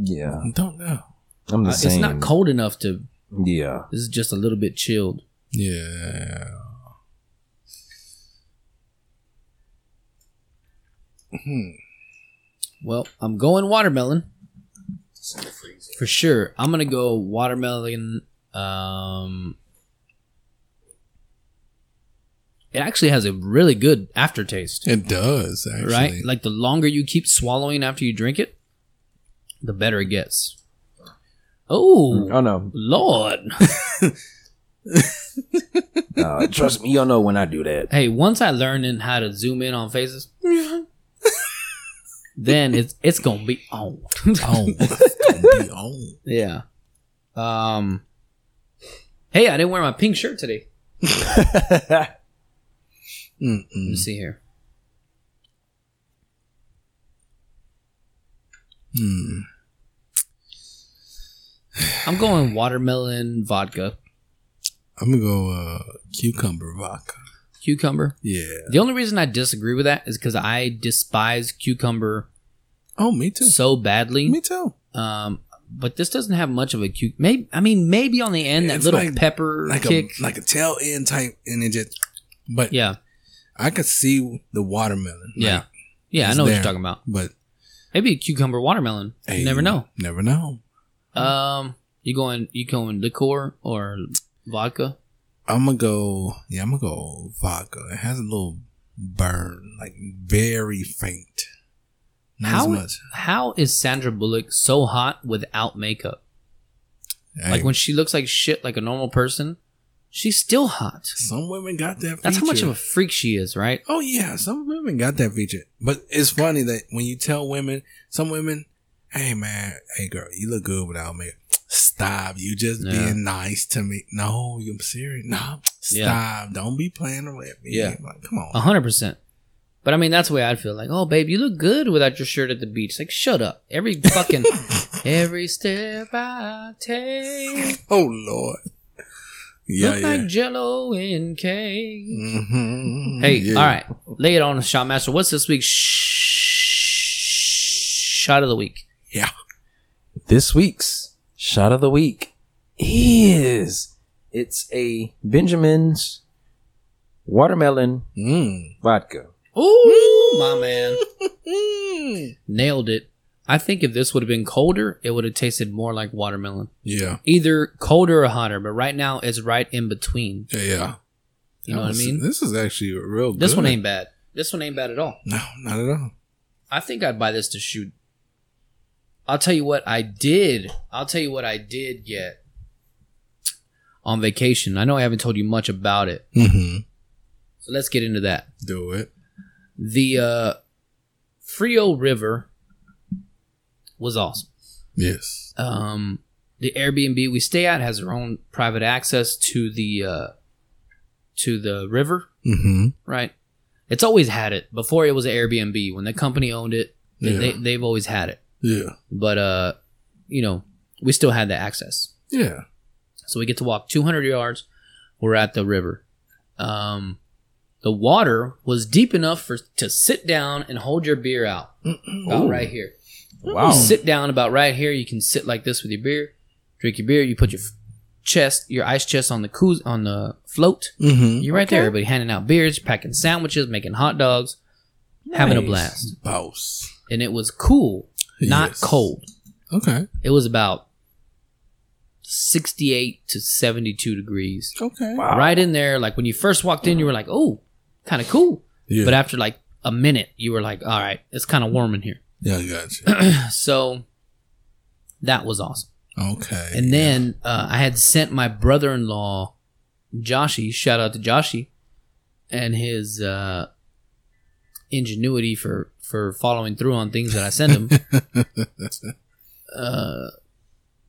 Speaker 4: Yeah,
Speaker 3: I don't know.
Speaker 4: I'm the
Speaker 2: Uh,
Speaker 4: same.
Speaker 2: it's not cold enough to.
Speaker 4: Yeah,
Speaker 2: This is just a little bit chilled.
Speaker 3: Yeah.
Speaker 2: Well, I'm going watermelon. For sure. I'm going to go watermelon. Um, it actually has a really good aftertaste,
Speaker 3: It does actually.
Speaker 2: right? Like the longer you keep swallowing after you drink it, the better it gets. Oh,
Speaker 4: Oh no,
Speaker 2: Lord.
Speaker 4: uh, trust me, you'll know when I do that.
Speaker 2: Hey, once I learn in how to zoom in on faces, then it's it's going to be on.
Speaker 3: Oh, it's gonna be on.
Speaker 2: Yeah. Um. Hey, I didn't wear my pink shirt today. Let me
Speaker 3: Mm-mm.
Speaker 2: see here.
Speaker 3: Mm.
Speaker 2: I'm going watermelon vodka,
Speaker 3: I'm gonna go uh, cucumber vodka.
Speaker 2: cucumber.
Speaker 3: Yeah.
Speaker 2: The only reason I disagree with that is because I despise cucumber
Speaker 3: Oh, me too.
Speaker 2: so badly.
Speaker 3: Me too.
Speaker 2: Um, but this doesn't have much of a cu. Maybe I mean maybe on the end that
Speaker 3: It's
Speaker 2: little
Speaker 3: like-
Speaker 2: pepper
Speaker 3: Like
Speaker 2: kick.
Speaker 3: a like a tail end type, and it just. But
Speaker 2: yeah,
Speaker 3: I could see the watermelon. like,
Speaker 2: yeah, yeah. I
Speaker 3: it's
Speaker 2: know what you're
Speaker 3: there.
Speaker 2: talking about.
Speaker 3: but
Speaker 2: Maybe cucumber watermelon.
Speaker 3: hey,
Speaker 2: you never know.
Speaker 3: Never know.
Speaker 2: Um, you going you going liqueur or vodka?
Speaker 3: I'm gonna go. Yeah, I'm gonna go vodka. It has a little burn, like very faint. Not
Speaker 2: How-
Speaker 3: as much.
Speaker 2: How is Sandra Bullock so hot without makeup?
Speaker 3: Hey,
Speaker 2: Like when she looks like shit like a normal person, she's still hot.
Speaker 3: some women got that. Feature.
Speaker 2: That's how much of a freak she is, right?
Speaker 3: Oh yeah, some women got that feature. But it's funny that when you tell women, some women, hey man, hey girl, you look good without makeup. Stop. You just
Speaker 2: Yeah.
Speaker 3: being nice to me. No, I'm serious. No, stop.
Speaker 2: Yeah.
Speaker 3: Don't be playing around with me.
Speaker 2: Yeah. Uh.
Speaker 3: Like, come on.
Speaker 2: A hundred percent. But I mean, that's the way I'd feel. Like, oh, babe, you look good without your shirt at the beach. Like, shut up. Every fucking, every step I take,
Speaker 3: Oh Lord. Yeah,
Speaker 2: look
Speaker 3: yeah.
Speaker 2: like Jello and cake.
Speaker 3: Mhm.
Speaker 2: Hey,
Speaker 3: Yeah.
Speaker 2: all right, lay it on, shot master. What's this week's sh- shot of the week?
Speaker 4: This week's shot of the week is it's a Benjamin's watermelon
Speaker 3: Mm.
Speaker 4: vodka.
Speaker 2: Ooh, my man. Mm. Nailed it. I think if this would have been colder, it would have tasted more like watermelon.
Speaker 3: Yeah.
Speaker 2: Either colder or hotter, but right now it's right in between.
Speaker 3: Yeah. yeah.
Speaker 2: You know what I
Speaker 3: This-
Speaker 2: mean?
Speaker 3: This is actually real good.
Speaker 2: This one ain't bad. This one ain't bad at all.
Speaker 3: No, not at all.
Speaker 2: I think I'd buy this to shoot. I'll tell you what I did. I'll tell you what I did get on vacation. I know I haven't told you much about it.
Speaker 3: Mm-hmm.
Speaker 2: So let's get into that.
Speaker 3: Do it.
Speaker 2: The uh, Frio River was awesome.
Speaker 3: Yes.
Speaker 2: um, the Airbnb we stay at has their own private access to the uh, to the river,
Speaker 3: Mm-hmm.
Speaker 2: right? It's always had it before it was an Airbnb. When the company owned it, they,
Speaker 3: Yeah.
Speaker 2: they, they've always had it.
Speaker 3: Yeah.
Speaker 2: But uh, you know, we still had the access,
Speaker 3: Yeah.
Speaker 2: so we get to walk 200 yards. We're at the river. Um, the water was deep enough for to sit down and hold your beer out about right here.
Speaker 4: Wow.
Speaker 3: Mm-hmm.
Speaker 2: You sit down about right here. You can sit like this with your beer, drink your beer. You put your f- chest, your ice chest on the cous- on the float.
Speaker 3: Mm-hmm.
Speaker 2: You're right there. Everybody handing out beers, packing sandwiches, making hot dogs, having a
Speaker 4: Nice.
Speaker 2: blast.
Speaker 3: Boss.
Speaker 2: And it was cool, not
Speaker 3: Yes.
Speaker 2: cold.
Speaker 3: Okay.
Speaker 2: It was about 68 to 72 degrees.
Speaker 3: Okay.
Speaker 2: Right in there. Like when you first walked in, you were like, oh, kind of cool.
Speaker 3: Yeah.
Speaker 2: But after like a minute, you were like, all right, it's kind of warm in here.
Speaker 3: yeah, I got you.
Speaker 2: So that was awesome.
Speaker 3: Okay.
Speaker 2: And then uh, I had sent my brother in law, Joshy, shout out to Joshy, and his uh, ingenuity for for following through on things that I send him. uh,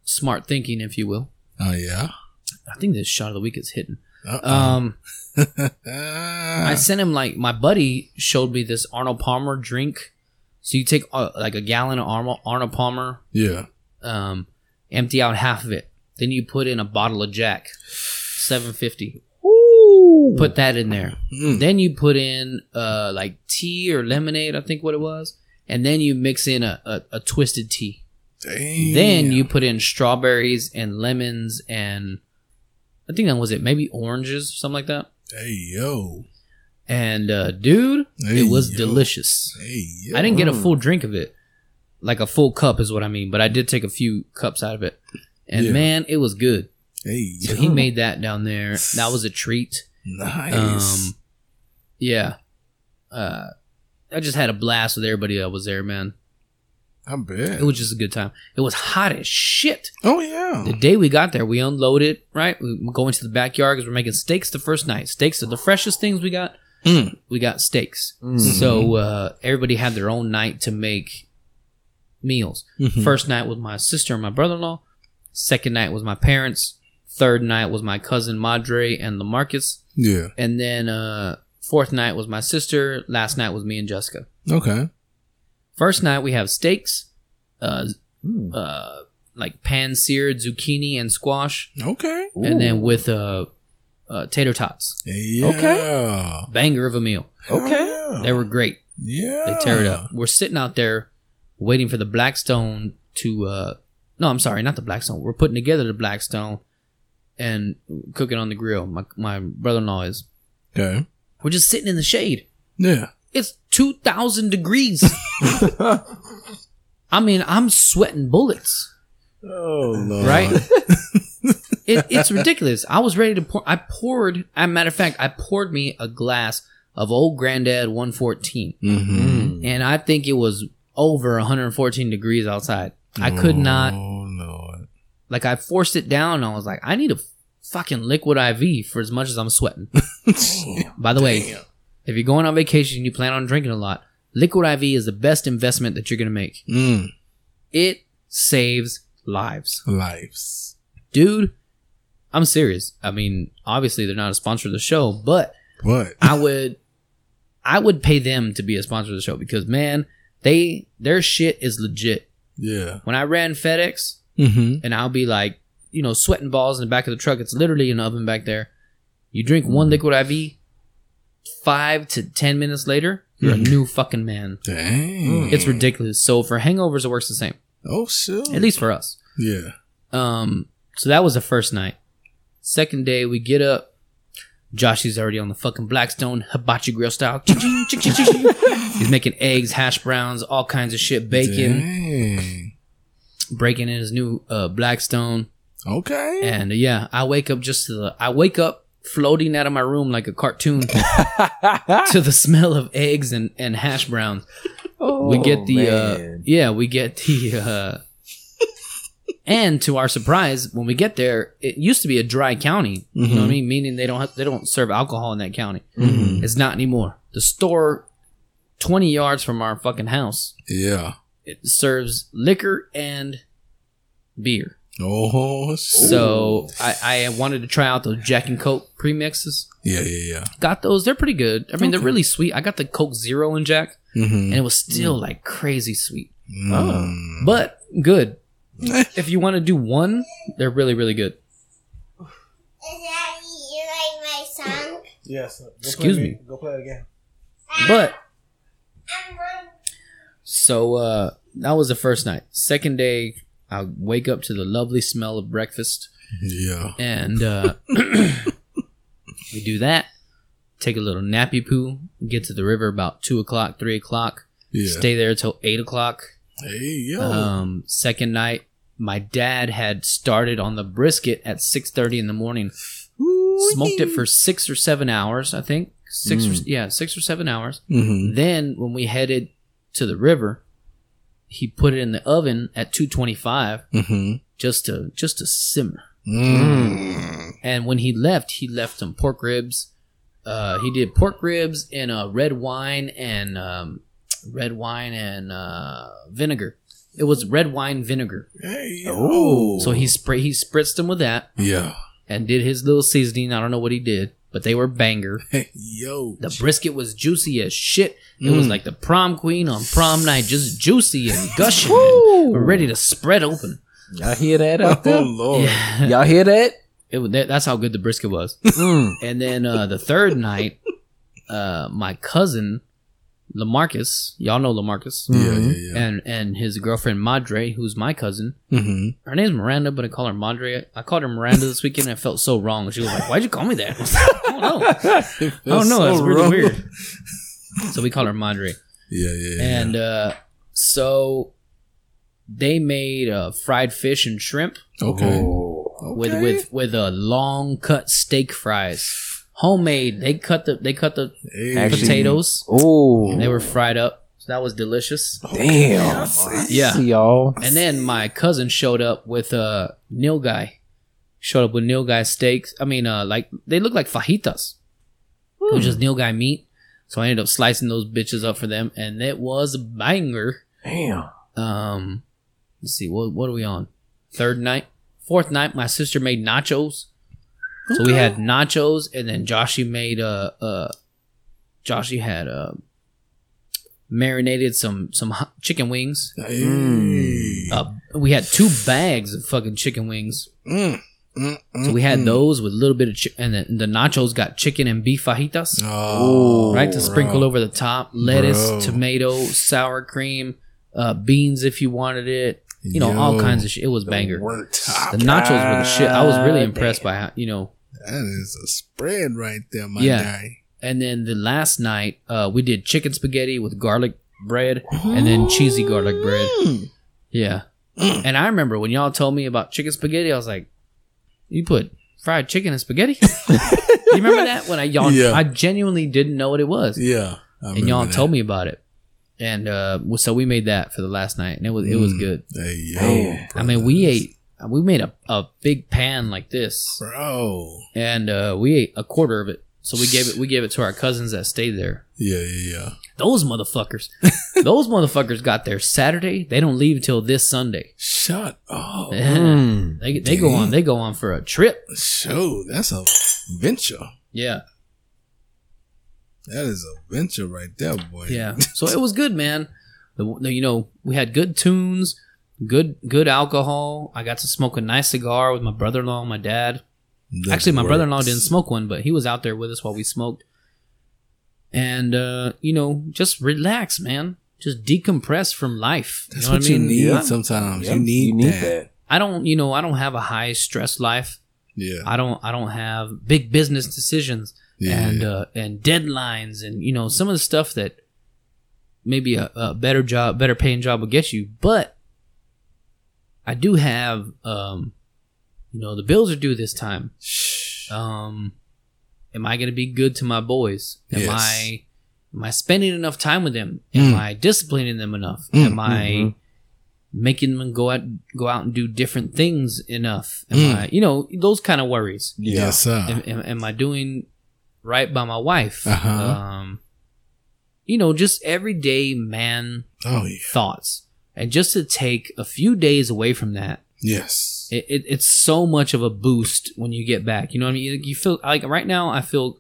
Speaker 2: smart thinking, if you will.
Speaker 3: Oh yeah. Uh-uh.
Speaker 2: I think this shot of the week is hidden.
Speaker 3: Uh-oh.
Speaker 2: Um,
Speaker 3: uh.
Speaker 2: I sent him like my buddy showed me this Arnold Palmer drink. So you take uh, like a gallon of Arnold, Arnold Palmer,
Speaker 3: yeah.
Speaker 2: um, empty out half of it, then you put in a bottle of Jack, seven fifty. Put that in there.
Speaker 3: Mm.
Speaker 2: Then you put in uh, like tea or lemonade, I think what it was, and then you mix in a, a, a twisted tea.
Speaker 3: Damn.
Speaker 2: Then you put in strawberries and lemons and I think that was it, maybe oranges, something like that.
Speaker 3: Hey yo.
Speaker 2: And uh, dude,
Speaker 3: Hey,
Speaker 2: it was
Speaker 3: yo.
Speaker 2: delicious.
Speaker 3: Hey yo.
Speaker 2: I didn't get a full
Speaker 3: Mm.
Speaker 2: drink of it, like a full cup is what I mean, but I did take a few cups out of it, and
Speaker 3: Yeah.
Speaker 2: man, it was good.
Speaker 3: Hey
Speaker 2: So
Speaker 3: yo.
Speaker 2: he made that down there. That was a treat.
Speaker 3: nice.
Speaker 2: Um, yeah. Uh, I just had a blast with everybody that was there, man.
Speaker 3: I bet.
Speaker 2: It was just a good time. It was hot as shit.
Speaker 3: oh yeah.
Speaker 2: The day we got there, we unloaded, right? We go into the backyard because we're making steaks the first night. Steaks are the freshest things we got.
Speaker 3: Mm.
Speaker 2: We got steaks.
Speaker 3: Hmm.
Speaker 4: Mm.
Speaker 2: So uh, everybody had their own night to make meals.
Speaker 3: Mhm.
Speaker 2: First night was my sister and my brother in law. Second night was my parents. Third night was my cousin Madre and Lamarcus.
Speaker 3: Yeah.
Speaker 2: And then uh fourth night was my sister. Last night was me and Jessica.
Speaker 3: Okay.
Speaker 2: First night we have steaks, uh,
Speaker 4: Mm.
Speaker 2: uh, like pan seared zucchini and squash,
Speaker 3: Okay.
Speaker 2: and then with uh, uh, tater tots.
Speaker 3: Hey, yeah.
Speaker 2: Banger of a meal.
Speaker 3: Okay.
Speaker 2: They were great.
Speaker 3: Yeah.
Speaker 2: They tear it up. We're sitting out there waiting for the Blackstone to. Uh, no, I'm sorry, not the Blackstone. We're putting together the Blackstone and cooking on the grill. My my brother in law is.
Speaker 3: Okay.
Speaker 2: We're just sitting in the shade.
Speaker 3: Yeah.
Speaker 2: It's 2,000 degrees. I mean, I'm sweating bullets,
Speaker 3: Oh Lord.
Speaker 2: right? it, it's ridiculous. I was ready to pour. I poured, as a matter of fact, I poured me a glass of Old Granddad 114,
Speaker 3: Mm-hmm.
Speaker 2: and I think it was over 114 degrees outside. I could not,
Speaker 3: Oh Lord.
Speaker 2: like, I forced it down. I was like, I need a fucking liquid IV for as much as I'm sweating. By the way, if you're going on vacation and you plan on drinking a lot, Liquid IV is the best investment that you're going to make.
Speaker 3: Mm.
Speaker 2: it saves lives.
Speaker 3: Lives.
Speaker 2: Dude, I'm serious. I mean, obviously they're not a sponsor of the show, but
Speaker 3: What?
Speaker 2: I would I would pay them to be a sponsor of the show because man, they their shit is legit.
Speaker 3: Yeah.
Speaker 2: When I ran FedEx
Speaker 3: Mm-hmm.
Speaker 2: and I'll be like, you know, sweating balls in the back of the truck, it's literally an oven back there. You drink one liquid IV, five to ten minutes later, you're a
Speaker 3: Mhm.
Speaker 2: new fucking man.
Speaker 3: Dang.
Speaker 2: It's ridiculous. So for hangovers, it works the same.
Speaker 3: oh shit.
Speaker 2: At least for us.
Speaker 3: Yeah.
Speaker 2: Um, so that was the first night. Second day, we get up. Josh is already on the fucking Blackstone hibachi grill style. Ching, ching, ching, ching, ching. He's making eggs, hash browns, all kinds of shit, bacon,
Speaker 3: Dang.
Speaker 2: breaking in his new uh, Blackstone.
Speaker 3: Okay.
Speaker 2: And uh, yeah, I wake up just to the. I wake up floating out of my room like a cartoon to the smell of eggs and, and hash browns. we
Speaker 4: Oh,
Speaker 2: get the uh, yeah we get the uh, and to our surprise when we get there it used to be a dry county
Speaker 3: Mm-hmm.
Speaker 2: you know what i mean meaning they don't have, they don't serve alcohol in that county
Speaker 3: Mhm.
Speaker 2: it's not anymore the store 20 yards from our fucking house
Speaker 3: Yeah.
Speaker 2: it serves liquor and beer
Speaker 3: Oh. Shit.
Speaker 2: so I, I wanted to try out those jack and coke premixes
Speaker 3: Yeah. Yeah.
Speaker 2: got those they're pretty good i mean they're really sweet i got the coke zero and jack
Speaker 3: Yeah. Mm-hmm.
Speaker 2: and it was
Speaker 5: Mm.
Speaker 2: still like crazy sweet
Speaker 3: Mm.
Speaker 2: but good. if you want to do one, they're really really good.
Speaker 6: Is that you like my song?
Speaker 5: Yes. Go
Speaker 2: Excuse
Speaker 5: play
Speaker 2: me.
Speaker 5: Go play it again.
Speaker 2: But
Speaker 6: I'm going
Speaker 2: so uh that was the first night. Second day, I wake up to the lovely smell of breakfast,
Speaker 3: Yeah.
Speaker 2: and uh we do that. Take a little nappy poo. Get to the river about two o'clock, three o'clock.
Speaker 3: Yeah.
Speaker 2: Stay there till eight o'clock.
Speaker 3: hey yo.
Speaker 2: Um, second night, my dad had started on the brisket at six thirty in the morning. Smoked it for six or seven hours, I think. Six, or, yeah, six or seven hours.
Speaker 3: mm-hmm.
Speaker 2: Then when we headed to the river, he put it in the oven at two twenty five
Speaker 3: Mm-hmm.
Speaker 2: just to just to simmer.
Speaker 3: Mm.
Speaker 2: And when he left, he left some pork ribs. Uh, he did pork ribs in a red wine uh, and um, red wine and uh, vinegar. It was red wine vinegar.
Speaker 3: Hey,
Speaker 4: Oh.
Speaker 2: So he spray he spritzed them with that
Speaker 3: yeah.
Speaker 2: and did his little seasoning. I don't know what he did, but they were banger.
Speaker 3: Hey, yo.
Speaker 2: The brisket was juicy as shit.
Speaker 3: Mm.
Speaker 2: It was like the prom queen on prom night, just juicy and gushing,
Speaker 4: Oh,
Speaker 2: and ready to spread open.
Speaker 4: Y'all hear that
Speaker 3: Oh
Speaker 4: out there?
Speaker 3: Lord.
Speaker 2: Yeah.
Speaker 4: Y'all hear that?
Speaker 2: It was, that, that's how good the brisket was.
Speaker 3: Mm.
Speaker 2: And then uh, the third night, uh, my cousin Lamarcus, y'all know Lamarcus,
Speaker 3: Yeah, yeah, yeah.
Speaker 2: and and his girlfriend Madre, who's my cousin.
Speaker 3: Mm-hmm.
Speaker 2: Her name's Miranda, but I call her Madre. I called her Miranda this weekend. and I felt so wrong. She was like, "Why'd you call me that?" I was like, I don't know.
Speaker 3: Mm-hmm.
Speaker 2: I don't know. that's really weird. So we call her Madre,
Speaker 3: Yeah, yeah, yeah.
Speaker 2: and uh, so they made uh, fried fish and shrimp
Speaker 3: okay.
Speaker 4: Oh,
Speaker 2: with
Speaker 3: Okay.
Speaker 2: with with a long cut steak fries, homemade. They cut the they cut the
Speaker 3: Hey.
Speaker 4: Actually-
Speaker 2: potatoes.
Speaker 4: Oh,
Speaker 2: They were fried up. So that was delicious.
Speaker 4: damn.
Speaker 2: Yeah.
Speaker 4: See y'all.
Speaker 2: And then my cousin showed up with uh Neil guy. Showed up with Neil guy steaks. I mean, uh, like they look like fajitas. It was just Neil guy meat. So I ended up slicing those bitches up for them, and it was a banger.
Speaker 4: Damn.
Speaker 2: Um, let's see, what what are we on? Third night, fourth night. My sister made nachos, so we had nachos, and then Joshy made uh uh, Joshy had uh marinated some some hot chicken wings.
Speaker 3: Hey.
Speaker 4: Mm.
Speaker 2: Uh, we had two bags of fucking chicken wings.
Speaker 3: Mm. Mm, mm,
Speaker 2: So we had
Speaker 3: mm.
Speaker 2: those with a little bit of chi- and the, the nachos got chicken and beef fajitas.
Speaker 3: Oh,
Speaker 2: right to sprinkle
Speaker 3: bro.
Speaker 2: over the top lettuce
Speaker 3: Bro.
Speaker 2: tomato sour cream uh, beans if you wanted it you know all
Speaker 3: Yo,
Speaker 2: kinds of shit it was
Speaker 3: the
Speaker 2: banger
Speaker 3: work
Speaker 2: the
Speaker 3: top.
Speaker 2: nachos were the shit i was really impressed by how you know
Speaker 3: That is a spread right there, my
Speaker 2: Yeah.
Speaker 3: guy.
Speaker 2: and then the last night uh, we did chicken spaghetti with garlic bread and then cheesy garlic bread yeah and i remember when y'all told me about chicken spaghetti i was like you put fried chicken and spaghetti you remember that when i y'all
Speaker 3: Yeah.
Speaker 2: i genuinely didn't know what it was
Speaker 3: Yeah. I
Speaker 2: and y'all
Speaker 3: remember
Speaker 2: told
Speaker 3: that.
Speaker 2: me about it. And uh, well, so we made that for the last night, and it was it was
Speaker 3: Mm.
Speaker 2: good.
Speaker 3: Hey, yo,
Speaker 4: Man.
Speaker 2: I mean, we
Speaker 3: brothers.
Speaker 2: ate we made a, a big pan like this,
Speaker 3: Bro.
Speaker 2: and uh, we ate a quarter of it. So we gave it we gave it to our cousins that stayed there.
Speaker 3: Yeah, yeah, yeah.
Speaker 2: Those motherfuckers, those motherfuckers got there Saturday. They don't leave till this Sunday.
Speaker 3: Shut up.
Speaker 4: Mm.
Speaker 2: They they go on they go on for a trip.
Speaker 3: Show. That's a venture.
Speaker 2: Yeah,
Speaker 3: That is a venture right there, boy.
Speaker 2: yeah. So it was good, man. The, the- you know we had good tunes, good good alcohol. I got to smoke a nice cigar with my brother in law, and my dad.
Speaker 3: That
Speaker 2: Actually, my
Speaker 3: works.
Speaker 2: brother in law didn't smoke one, but he was out there with us while we smoked. And, uh, you know, just relax, man. Just decompress from life. You
Speaker 3: That's
Speaker 2: know
Speaker 3: what,
Speaker 2: what, I mean?
Speaker 3: you need
Speaker 4: Yeah.
Speaker 3: sometimes.
Speaker 4: Yep.
Speaker 3: You need, that.
Speaker 2: I don't, you know, I don't have a high stress life.
Speaker 3: Yeah.
Speaker 2: I don't, I don't have big business decisions
Speaker 3: Yeah.
Speaker 2: and, uh, and deadlines and, you know, some of the stuff that maybe a, a better job, better paying job will get you. But I do have, um, you know, the bills are due this time.
Speaker 3: Shh.
Speaker 2: um am i going to be good to my boys am
Speaker 3: Yes.
Speaker 2: i am i spending enough time with them am
Speaker 3: Mm.
Speaker 2: i disciplining them enough
Speaker 3: Mm,
Speaker 2: am i
Speaker 4: mhm.
Speaker 2: making them go out go out and do different things enough am
Speaker 3: Mm.
Speaker 2: i you know those kind of worries
Speaker 4: Yeah.
Speaker 3: Yes, sir.
Speaker 2: am, am, am i doing right by my wife
Speaker 3: Uh-huh.
Speaker 2: um you know just everyday man
Speaker 3: oh, yeah.
Speaker 2: thoughts and just to take a few days away from that
Speaker 3: Yes.
Speaker 2: it, it, it's so much of a boost when you get back. You know what I mean? You, you feel like right now I feel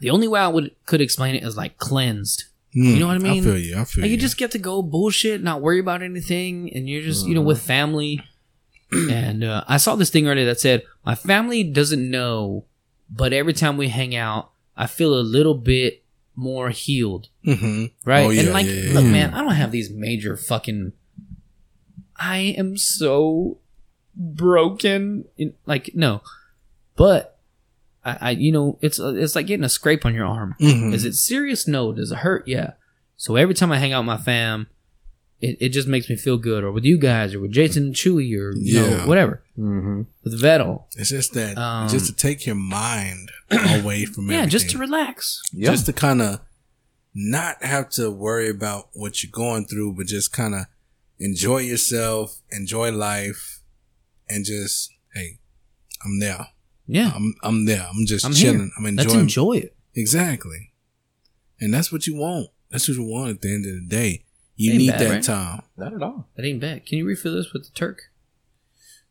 Speaker 2: the only way I would could explain it is like cleansed.
Speaker 3: Mm,
Speaker 2: know what I mean?
Speaker 3: I feel you. I feel
Speaker 2: Like
Speaker 3: you.
Speaker 2: you just get to go bullshit, not worry about anything, and you're just you know with family. and uh, I saw this thing earlier that said my family doesn't know, but every time we hang out, I feel a little bit more healed.
Speaker 3: hmm
Speaker 2: Right.
Speaker 3: Oh, yeah,
Speaker 2: and like,
Speaker 3: yeah, yeah,
Speaker 2: look,
Speaker 4: yeah.
Speaker 2: man, I don't have these major fucking. I am so broken. In, like, no, but I, I, you know, it's it's like getting a scrape on your arm.
Speaker 3: hmm
Speaker 2: Is it serious? No. Does it hurt? Yeah. So every time I hang out with my fam, it, it just makes me feel good. Or with you guys, or with Jason and Chewy, or you know,
Speaker 3: Yeah.
Speaker 2: whatever
Speaker 4: Mm-hmm.
Speaker 2: with Vettel.
Speaker 3: It's just that,
Speaker 2: Um,
Speaker 3: just to take your mind away from
Speaker 2: Yeah, just to
Speaker 3: everything.
Speaker 2: relax.
Speaker 4: Yeah.
Speaker 3: just to kind of not have to worry about what you're going through, but just kind of enjoy yourself, enjoy life, and just hey, I'm there.
Speaker 2: Yeah,
Speaker 3: I'm I'm there. I'm just
Speaker 2: I'm here.
Speaker 3: chilling. I'm
Speaker 2: let's
Speaker 3: enjoying.
Speaker 2: enjoy it.
Speaker 3: exactly, and that's what you want. That's what you want at the end of the day. You
Speaker 2: Ain't
Speaker 3: need
Speaker 2: bad,
Speaker 3: that
Speaker 2: right?
Speaker 3: time.
Speaker 4: Not at all.
Speaker 2: That ain't bad. Can you refill this with the Turk?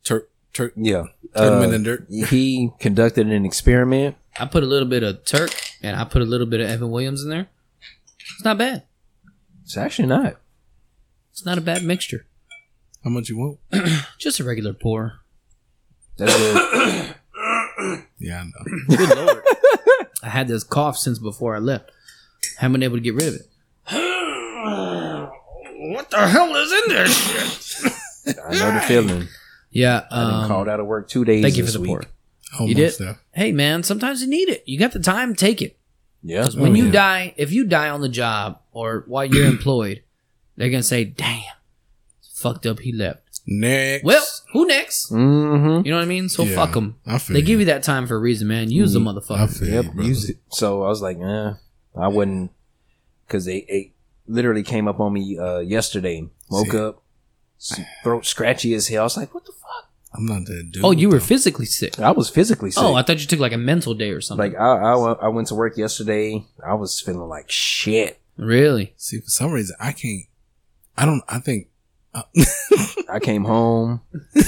Speaker 3: Turk, Turk,
Speaker 4: Yeah.
Speaker 3: put him in
Speaker 4: Uh,
Speaker 3: the dirt.
Speaker 4: he conducted an experiment.
Speaker 2: I put a little bit of Turk and I put a little bit of Evan Williams in there. It's not bad.
Speaker 4: It's actually not.
Speaker 2: It's not a bad mixture.
Speaker 3: How much you want?
Speaker 2: Just a regular pour.
Speaker 4: That's good.
Speaker 3: Yeah, I know.
Speaker 2: I had this cough since before I left. Haven't been able to get rid of it. what the hell is in this shit?
Speaker 4: I know the feeling.
Speaker 2: Yeah.
Speaker 4: I been
Speaker 2: Um,
Speaker 4: called out of work two days.
Speaker 2: thank you for
Speaker 4: this
Speaker 2: the
Speaker 4: week.
Speaker 2: pour.
Speaker 3: Almost
Speaker 2: did?
Speaker 3: there.
Speaker 2: Hey, man, sometimes you need it. You got the time, take it.
Speaker 4: Yeah.
Speaker 2: Because when
Speaker 3: Oh,
Speaker 2: you
Speaker 3: yeah.
Speaker 2: die, if you die on the job or while you're employed, they're gonna say, "Damn, fucked up, he left."
Speaker 3: Next.
Speaker 2: Well, who next?
Speaker 4: Mm-hmm.
Speaker 2: You know what I mean? So
Speaker 3: Yeah,
Speaker 2: fuck them.
Speaker 3: I feel
Speaker 2: They give you that time for a reason, man. Use the
Speaker 3: I
Speaker 2: motherfucker.
Speaker 3: feel
Speaker 4: Yep.
Speaker 3: you, brother.
Speaker 4: Use it. So I was like, eh, I wouldn't, because they, they literally came up on me uh, yesterday. Woke
Speaker 3: See.
Speaker 4: up, s- throat scratchy as hell. I was like, what the fuck?
Speaker 3: I'm not that dude.
Speaker 2: Oh, you were
Speaker 3: though.
Speaker 2: physically sick.
Speaker 4: I was physically sick.
Speaker 2: Oh, I thought you took like a mental day or something.
Speaker 4: like I, I, went- I went to work yesterday. I was feeling like shit.
Speaker 2: really?
Speaker 3: See, for some reason, I can't. I don't. I think uh,
Speaker 4: I came home.
Speaker 3: I,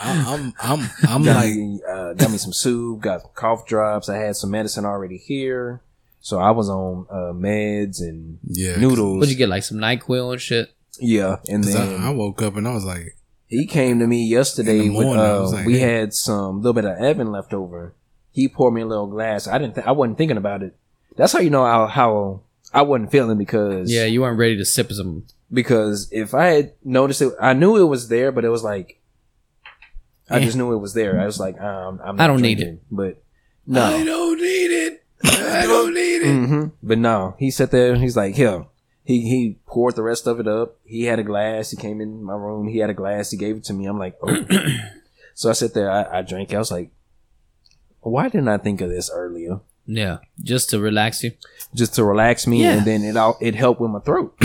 Speaker 3: I'm. I'm. I'm
Speaker 4: got
Speaker 3: like.
Speaker 4: me, uh, got me some soup, got some cough drops. I had some medicine already here, so I was on uh, meds and
Speaker 3: Yeah.
Speaker 4: noodles.
Speaker 2: What'd you get? Like some Nyquil and shit.
Speaker 4: yeah, and
Speaker 3: 'cause
Speaker 4: then
Speaker 3: I, I woke up and I was like,
Speaker 4: he came to me
Speaker 3: In
Speaker 4: yesterday.
Speaker 3: the
Speaker 4: With,
Speaker 3: morning, I
Speaker 4: uh,
Speaker 3: was like,
Speaker 4: we
Speaker 3: hey.
Speaker 4: had some little bit of Evan left over. He poured me a little glass. I didn't. Th- I wasn't thinking about it. That's how you know how, how I wasn't feeling because
Speaker 2: Yeah, you weren't ready to sip some.
Speaker 4: because if I had noticed it, I knew it was there, but it was like I
Speaker 2: Eh.
Speaker 4: just knew it was there. I was like, um, I'm
Speaker 2: I don't need
Speaker 4: it, but no,
Speaker 3: don't need it. I don't need
Speaker 4: hmm But no, he sat there. He's like, here. He he poured the rest of it up. He had a glass. He came in my room. He had a glass. He gave it to me. I'm like, oh. so I sat there. I, I drank. it. I was like, why didn't I think of this earlier?
Speaker 2: Yeah, just to relax you.
Speaker 4: Just to relax me,
Speaker 2: Yeah.
Speaker 4: and then it all it helped with my throat.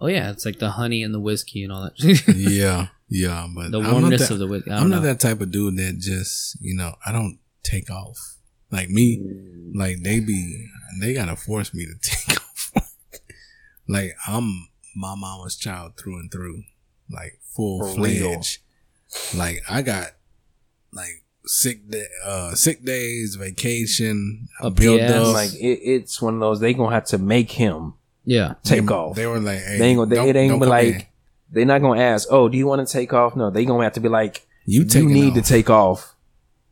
Speaker 2: Oh yeah, it's like the honey and the whiskey and all that.
Speaker 3: Yeah. Yeah. But
Speaker 2: the
Speaker 3: I'm not
Speaker 2: warmness
Speaker 3: that,
Speaker 2: of the whiskey. I
Speaker 3: I'm
Speaker 2: don't know.
Speaker 3: not that type of dude that just you know I don't take off like me.
Speaker 4: Mm.
Speaker 3: Like they be they gotta force me to take off. like I'm my mama's child through and through. Like full
Speaker 4: For real.
Speaker 3: fledged. Like I got like sick day, uh sick days, vacation,
Speaker 2: Up
Speaker 3: I build
Speaker 2: the ass.
Speaker 3: up.
Speaker 4: Like it, it's one of those they gonna have to make him
Speaker 2: yeah,
Speaker 4: take
Speaker 3: they,
Speaker 4: off.
Speaker 3: They were like, hey,
Speaker 4: They ain't gonna. They,
Speaker 3: don't-
Speaker 4: it ain't
Speaker 3: don't
Speaker 4: gonna
Speaker 3: come
Speaker 4: be like
Speaker 3: in.
Speaker 4: they're not gonna ask. Oh, do you want to take off? No, they gonna have to be like,
Speaker 3: you.
Speaker 4: you
Speaker 3: taking
Speaker 4: need to
Speaker 3: off.
Speaker 4: take off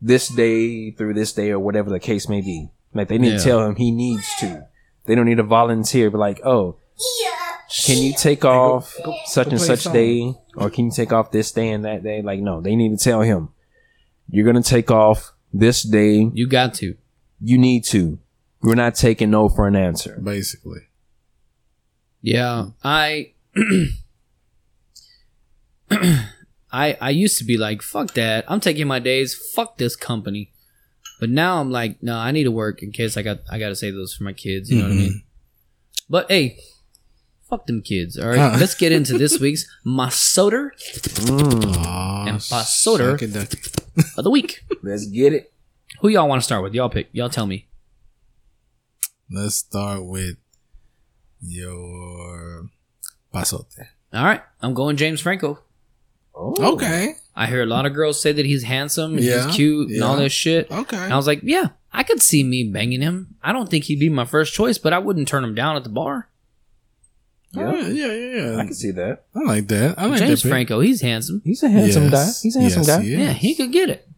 Speaker 4: this day through this day or whatever the case may be. Like they need
Speaker 2: Yeah.
Speaker 4: to tell him he needs to. They don't need to volunteer. Be like, oh, can you take off such and
Speaker 3: play
Speaker 4: such
Speaker 3: song.
Speaker 4: day, or can you take off this day and that day? Like, no, they need to tell him you're gonna take off this day.
Speaker 2: you got to.
Speaker 4: You need to. We're not taking no for an answer.
Speaker 3: basically.
Speaker 2: Yeah, I I I used to be like, fuck that. I'm taking my days. Fuck this company. But now I'm like, no, I need to work in case I got I got to save those for my kids, you know
Speaker 3: Mm-hmm.
Speaker 2: what I mean? But hey, fuck them kids. All right.
Speaker 3: Huh.
Speaker 2: Let's get into this week's Masoder
Speaker 4: Mm,
Speaker 3: Aw,
Speaker 2: And Pasoda.
Speaker 3: suck it up.
Speaker 2: of the week.
Speaker 4: Let's get it.
Speaker 2: Who y'all want to start with? Y'all pick. Y'all tell me.
Speaker 3: Let's start with your pasote.
Speaker 2: All right. I'm going James Franco.
Speaker 4: Oh.
Speaker 3: Okay,
Speaker 2: I hear a lot of girls say that he's handsome, and
Speaker 3: Yeah,
Speaker 2: he's cute, and all
Speaker 3: yeah.
Speaker 2: this shit. And I
Speaker 3: okay.
Speaker 2: was like, yeah, I could see me banging him. I don't think he'd be my first choice, but I wouldn't turn him down at the bar.
Speaker 3: Yeah, yeah, yeah.
Speaker 4: I
Speaker 3: yeah.
Speaker 4: can see that.
Speaker 3: I like that. I like
Speaker 2: James
Speaker 3: that. pick.
Speaker 2: Franco, he's handsome.
Speaker 4: He's a handsome
Speaker 3: Yes,
Speaker 4: guy. He's a handsome
Speaker 3: yes,
Speaker 4: guy.
Speaker 3: he is.
Speaker 2: Yeah, he could get it.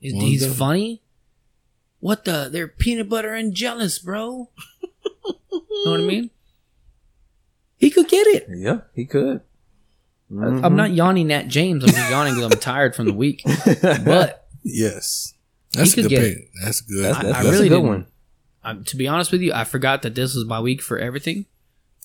Speaker 2: He's,
Speaker 3: Well
Speaker 2: he's
Speaker 3: done.
Speaker 2: funny. What the? They're peanut butter and jealous, bro. know what I mean? He could get it.
Speaker 4: Yeah, he could. Mm-hmm.
Speaker 2: I'm not yawning at James. I'm just yawning because I'm tired from the week. But
Speaker 3: Yes, that's
Speaker 2: could
Speaker 3: a good
Speaker 2: get
Speaker 3: pick. That's good.
Speaker 4: That's,
Speaker 2: I-
Speaker 4: that's,
Speaker 2: I
Speaker 4: that's
Speaker 2: really
Speaker 4: a good
Speaker 2: didn't-
Speaker 4: one.
Speaker 2: um, to be honest with you, I forgot that this was my week for everything.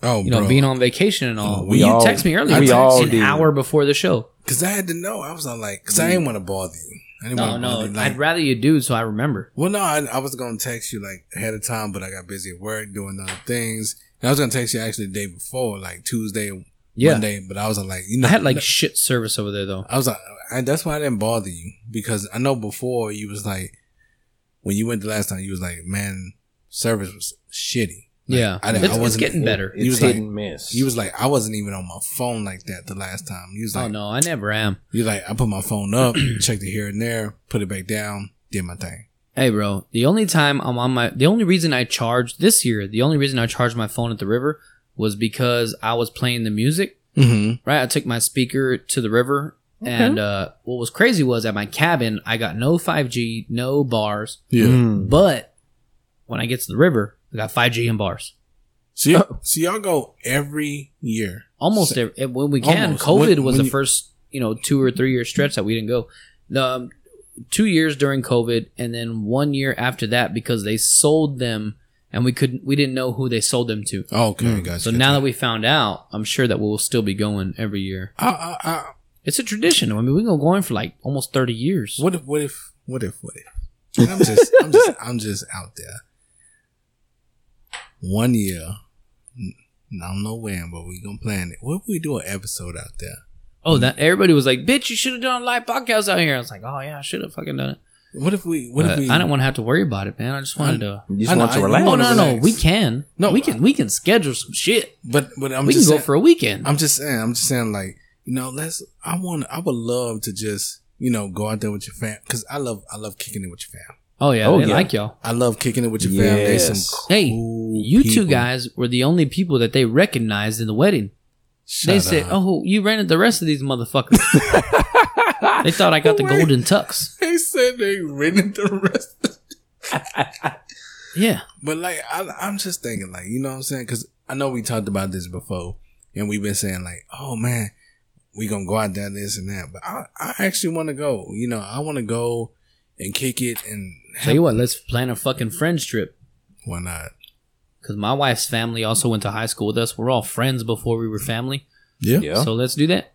Speaker 3: oh,
Speaker 2: You know,
Speaker 3: bro.
Speaker 2: being on vacation and all.
Speaker 3: Oh,
Speaker 2: Well,
Speaker 3: we
Speaker 2: you
Speaker 4: all-
Speaker 2: text me earlier.
Speaker 4: we
Speaker 2: We
Speaker 4: all
Speaker 2: an
Speaker 4: did.
Speaker 2: hour before the show.
Speaker 3: Cause I had to know. I was all like, cause I didn't want to bother you. I didn't
Speaker 2: No,
Speaker 3: want to
Speaker 2: no.
Speaker 3: bother you. Like,
Speaker 2: I'd rather you do so I remember.
Speaker 3: well, no, I, I was gonna text you like ahead of time, but I got busy at work doing other things. And I was gonna text you actually the day before, like Tuesday,
Speaker 2: Yeah.
Speaker 3: Monday. But I was all like, you know,
Speaker 2: I had like
Speaker 3: no-
Speaker 2: shit service over there though.
Speaker 3: I was like, I, that's why I didn't bother you because I know before you was like, when you went the last time, you was like, man, service was shitty.
Speaker 2: yeah,
Speaker 3: I didn't-
Speaker 2: it's,
Speaker 3: I
Speaker 2: it's
Speaker 3: wasn't-
Speaker 2: getting better.
Speaker 4: It's
Speaker 3: He was
Speaker 4: hit
Speaker 3: like-
Speaker 4: and miss.
Speaker 3: You was like, I wasn't even on my phone like that the last time. You was
Speaker 2: oh
Speaker 3: like,
Speaker 2: no, I never am.
Speaker 3: you like, I put my phone up, checked it here and there, put it back down, did my thing.
Speaker 2: Hey, bro. The only time I'm on my, the only reason I charged this year, the only reason I charged my phone at the river was because I was playing the music.
Speaker 3: Mm-hmm.
Speaker 2: Right, I took my speaker to the river, and uh, what was crazy was at my cabin, I got no 5G, no bars,
Speaker 3: Yeah.
Speaker 4: Mm.
Speaker 2: but when I get to the river, I got 5G and bars.
Speaker 3: So, y- so y'all go every year.
Speaker 2: almost
Speaker 3: So-
Speaker 2: every, eh, when we can.
Speaker 3: Almost.
Speaker 2: COVID
Speaker 3: When-
Speaker 2: was
Speaker 3: when
Speaker 2: the
Speaker 3: you-
Speaker 2: first you know two or three year stretch that we didn't go. The um, two years during COVID, and then one year after that because they sold them, and we couldn't we didn't know who they sold them to.
Speaker 3: Okay, guys.
Speaker 2: Mm. So now that we found out, I'm sure that we'll still be going every year.
Speaker 3: I, I, I,
Speaker 2: It's a tradition. I mean, we've been going for like almost 30 years.
Speaker 3: what if, what if, what if, what if? And I'm just, I'm just, I'm just out there. One year, n- I don't know when, but we gonna plan it. What if we do an episode out there?
Speaker 2: Oh, that everybody was like, "Bitch, you should have done a live podcast out here." I was like, "Oh yeah, I should have fucking done it."
Speaker 3: What if we? What
Speaker 2: But
Speaker 3: if we?
Speaker 2: Uh, I don't want to have to worry about it, man. I just wanted to.
Speaker 4: You just
Speaker 3: I know,
Speaker 4: want to
Speaker 3: I-
Speaker 4: relax.
Speaker 2: Oh
Speaker 3: wanna
Speaker 2: no, no,
Speaker 3: relax.
Speaker 2: we can. No,
Speaker 3: No,
Speaker 2: we can. We can schedule some shit.
Speaker 3: But but I'm
Speaker 2: we can
Speaker 3: just
Speaker 2: go
Speaker 3: saying,
Speaker 2: for a weekend.
Speaker 3: I'm just saying. I'm just saying. Like you know, let's. I want. I would love to just you know go out there with your fam because I love. I love kicking it with your fam.
Speaker 2: oh yeah,
Speaker 4: Oh,
Speaker 2: they
Speaker 4: yeah.
Speaker 2: like y'all.
Speaker 3: I love kicking it with your fam. There's
Speaker 4: Yes.
Speaker 3: some
Speaker 2: Hey,
Speaker 3: cool
Speaker 2: you two
Speaker 3: people.
Speaker 2: guys were the only people that they recognized in the wedding.
Speaker 3: Shut
Speaker 2: they said,
Speaker 3: up.
Speaker 2: "Oh, you rented the rest of these motherfuckers." they thought I got the
Speaker 3: Wait.
Speaker 2: golden tux.
Speaker 3: They said they rented the rest.
Speaker 2: Yeah,
Speaker 3: But like, I, I'm just thinking, like, you know what I'm saying? Because I know we talked about this before, and we've been saying like, oh man, we gonna go out there this and that. But I, I actually want to go. You know, I want to go and kick it and
Speaker 2: tell you what, let's plan a fucking friends trip
Speaker 3: why not?
Speaker 2: because my wife's family also went to high school with us. We're all friends before we were family,
Speaker 3: Yeah,
Speaker 4: Yeah.
Speaker 2: so let's do that.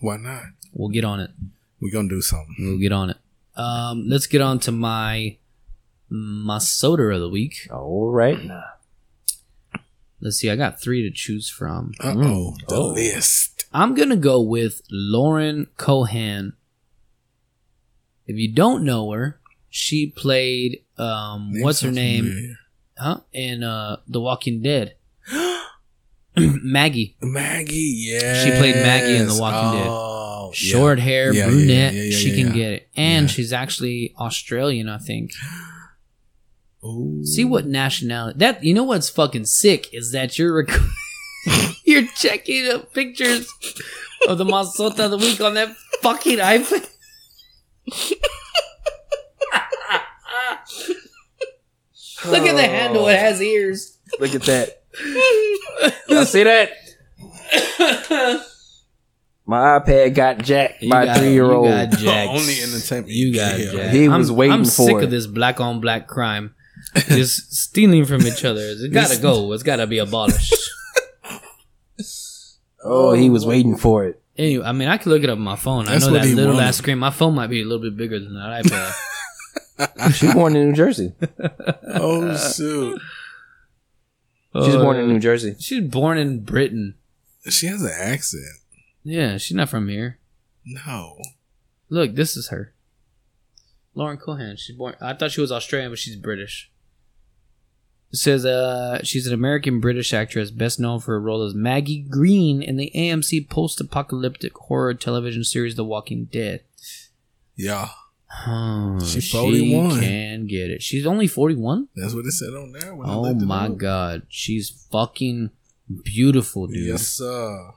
Speaker 3: why not?
Speaker 2: We'll get on it.
Speaker 3: We gonna do something.
Speaker 2: We'll get on it. Um, let's get on to my my soda of the week.
Speaker 4: All right.
Speaker 2: Let's see, I got three to choose from.
Speaker 3: Uh oh,
Speaker 2: Mm.
Speaker 3: the list.
Speaker 2: I'm gonna go with Lauren Cohan. If you don't know her, she played um
Speaker 3: Name
Speaker 2: what's her
Speaker 3: sounds
Speaker 2: name?
Speaker 3: familiar.
Speaker 2: Huh? In uh The Walking Dead. Maggie.
Speaker 3: Maggie. Yeah,
Speaker 2: She played Maggie in The Walking Dead.
Speaker 3: oh, yeah.
Speaker 2: Short hair,
Speaker 3: Yeah, yeah, yeah,
Speaker 2: brunette.
Speaker 3: yeah, yeah,
Speaker 2: she can
Speaker 3: yeah.
Speaker 2: get it. And
Speaker 3: Yeah.
Speaker 2: she's actually Australian, I think.
Speaker 3: Ooh.
Speaker 2: See what nationality that you know what's fucking sick is that you're rec- you're checking up pictures of the Masota of the week on that fucking iPhone. Look at the handle;
Speaker 3: Oh.
Speaker 2: it has ears.
Speaker 4: Look at that. Y'all see that? My iPad got jacked
Speaker 2: You
Speaker 4: by
Speaker 2: got-
Speaker 4: three year
Speaker 2: you
Speaker 4: old.
Speaker 2: got jacked.
Speaker 3: Only entertainment.
Speaker 2: You got
Speaker 3: Yeah.
Speaker 2: jacked.
Speaker 4: He was waiting
Speaker 2: I'm
Speaker 4: for
Speaker 2: sick
Speaker 4: it.
Speaker 2: of this black on black crime, just stealing from each other. It's gotta go. It's gotta be abolished.
Speaker 4: Oh, he was waiting for it.
Speaker 2: Anyway, I mean, I could look it up on my phone.
Speaker 3: That's
Speaker 2: I know
Speaker 3: what
Speaker 2: that
Speaker 3: he
Speaker 2: little
Speaker 3: wanted.
Speaker 2: ass screen. My phone might be a little bit bigger than that iPad.
Speaker 4: She was born in New Jersey.
Speaker 3: Oh shoot.
Speaker 4: She was
Speaker 2: Uh,
Speaker 4: born in New Jersey.
Speaker 2: She's born in Britain.
Speaker 3: She has an accent.
Speaker 2: Yeah, she's not from here.
Speaker 3: No.
Speaker 2: Look, this is her. Lauren Cohan. She's born. I thought she was Australian, but she's British. It says uh, she's an American British actress, best known for her role as Maggie Green in the AMC post-apocalyptic horror television series The Walking Dead.
Speaker 3: Yeah.
Speaker 2: Huh,
Speaker 3: She
Speaker 2: she
Speaker 3: 41.
Speaker 2: can get it. She's only forty-one.
Speaker 3: That's what it said on there. when I
Speaker 2: Oh
Speaker 3: looked it
Speaker 2: my
Speaker 3: up.
Speaker 2: god, she's fucking beautiful, dude.
Speaker 3: Yes, sir.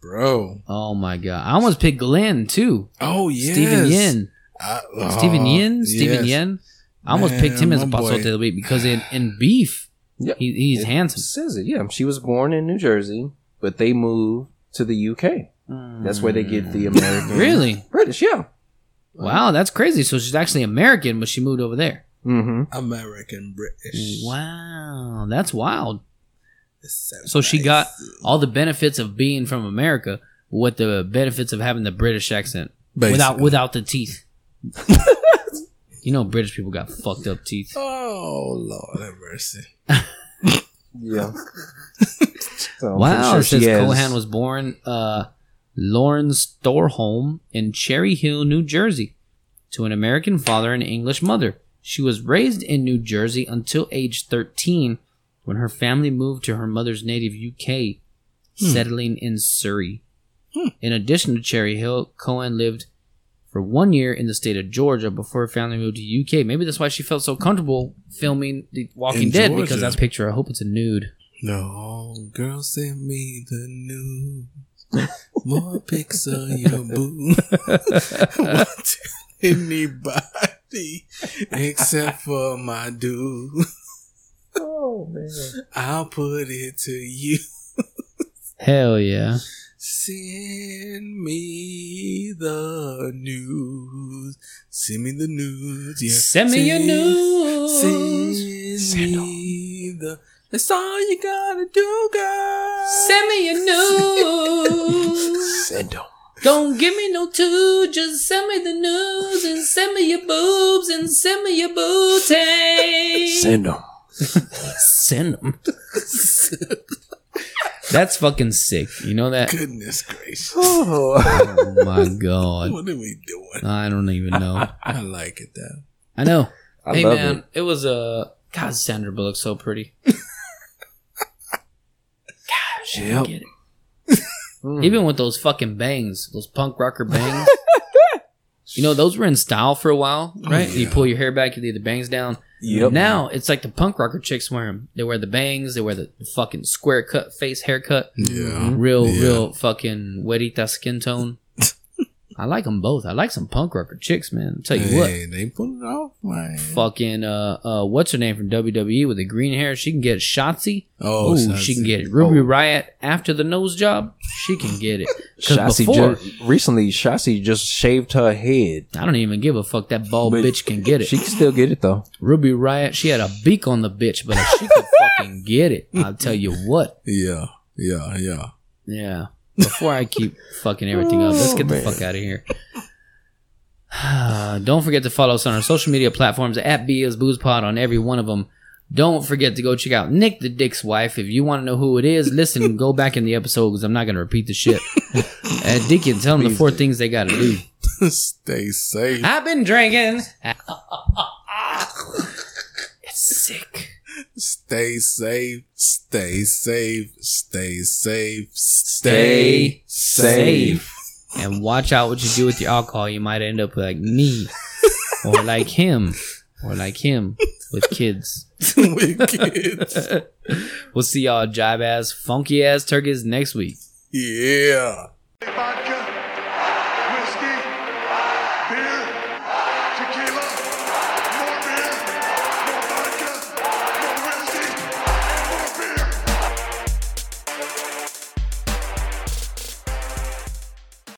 Speaker 3: Bro.
Speaker 2: Oh my god, I almost picked Glenn too.
Speaker 3: Oh, yes.
Speaker 2: Stephen Yin.
Speaker 3: I- oh,
Speaker 2: Stephen Yin, Stephen
Speaker 3: yes.
Speaker 2: Yin. I almost
Speaker 3: Man,
Speaker 2: picked him as a
Speaker 3: my
Speaker 2: possible
Speaker 3: boy.
Speaker 2: to the week because in, in beef,
Speaker 4: Yep.
Speaker 2: he, he's
Speaker 4: It
Speaker 2: handsome.
Speaker 4: Says it. Yeah, she was born in New Jersey, but they moved to the UK. That's where they get the American
Speaker 2: Hmm. Really?
Speaker 4: British. Yeah.
Speaker 2: Wow, that's crazy. So she's actually American, but she moved over there.
Speaker 4: Mm-hmm.
Speaker 3: American British.
Speaker 2: Wow, that's wild.
Speaker 3: So,
Speaker 2: So she got all the benefits of being from America with the benefits of having the British accent without
Speaker 3: Basically.
Speaker 2: without the teeth. you know, British people got fucked up teeth.
Speaker 3: Oh, Lord have mercy.
Speaker 4: Yeah. so I'm
Speaker 2: Wow,
Speaker 4: pretty sure
Speaker 2: since
Speaker 4: she has-
Speaker 2: Cohan was born uh, Lauren Storholm in Cherry Hill, New Jersey, to an American father and English mother. She was raised in New Jersey until age 13, when her family moved to her mother's native UK,
Speaker 4: Hmm.
Speaker 2: settling in Surrey. In addition to Cherry Hill, Cohen lived for one year in the state of Georgia before her family moved to UK. Maybe that's why she felt so comfortable filming The Walking
Speaker 3: In
Speaker 2: Dead
Speaker 3: Georgia.
Speaker 2: because that picture. I hope it's a nude.
Speaker 3: No girl send me the news. More pics of your boo. what anybody except for my dude.
Speaker 4: Oh man.
Speaker 3: I'll put it to you.
Speaker 2: Hell yeah.
Speaker 3: Send me the news. Send me the news. Yeah.
Speaker 2: Send me your news.
Speaker 3: Send me the. That's all you gotta do, girl.
Speaker 2: Send me your news.
Speaker 4: Send them.
Speaker 2: Don't give me no two, just send me the news and send me your boobs and send me your booty.
Speaker 4: Send them.
Speaker 2: Send them. That's fucking sick. You know that?
Speaker 3: Goodness gracious.
Speaker 4: Oh.
Speaker 2: Oh Uh, my god.
Speaker 3: What are we doing?
Speaker 2: I don't even know.
Speaker 3: I like it though.
Speaker 2: I know.
Speaker 4: I
Speaker 2: hey
Speaker 4: love
Speaker 2: man,
Speaker 4: it.
Speaker 2: it. was a God. Sandra Bullock so pretty. Gosh, I
Speaker 4: Yep.
Speaker 2: get it.
Speaker 4: Mm.
Speaker 2: Even with those fucking bangs, those punk rocker bangs. you know, those were in style for a while, right? You
Speaker 3: yeah.
Speaker 2: pull your hair back, you leave the bangs down.
Speaker 4: Yep.
Speaker 2: Now it's like the punk rocker chicks wear them. They wear the bangs. They wear the fucking square cut face haircut.
Speaker 3: Yeah.
Speaker 2: Real,
Speaker 3: Hmm. Yeah.
Speaker 2: real fucking wetita skin tone. I like them both. I like some punk rocker chicks, man. I'll tell you what.
Speaker 3: Hey, they pulled it off, man.
Speaker 2: Fucking uh, uh, what's her name from WWE with the green hair? She can get Shotzi.
Speaker 3: Oh,
Speaker 2: Oh,
Speaker 3: so
Speaker 2: she can
Speaker 3: it's-
Speaker 2: get it. Ruby Riot after the nose job. She can get it. 'Cause
Speaker 4: Shasi
Speaker 2: before-
Speaker 4: just recently Shasi just shaved her head.
Speaker 2: I don't even give a fuck. That bald
Speaker 4: But
Speaker 2: bitch can get it.
Speaker 4: She can still get it though.
Speaker 2: Ruby Riot, she had a beak on the bitch, but if she could fucking get it, I'll tell you what.
Speaker 3: Yeah, yeah, yeah.
Speaker 2: Yeah. Before I keep fucking everything up, let's
Speaker 4: Oh,
Speaker 2: get the fuck out of here. Don't forget to follow us on our social media platforms at BS Booze Pod on every one of them. Don't forget to go check out Nick the Dick's wife. If you want to know who it is, listen, go back in the episode because I'm not going to repeat the shit. Uh, Deacon, tell them the four things they got to do.
Speaker 3: Stay safe.
Speaker 2: I've been drinking. it's sick.
Speaker 3: Stay safe. Stay safe. Stay safe.
Speaker 2: Stay
Speaker 3: safe.
Speaker 2: and watch out what you do with your alcohol. You might end up like me, or like him, or like him with kids.
Speaker 3: with kids.
Speaker 2: we'll see y'all jive ass, funky ass turkeys next week.
Speaker 3: Yeah.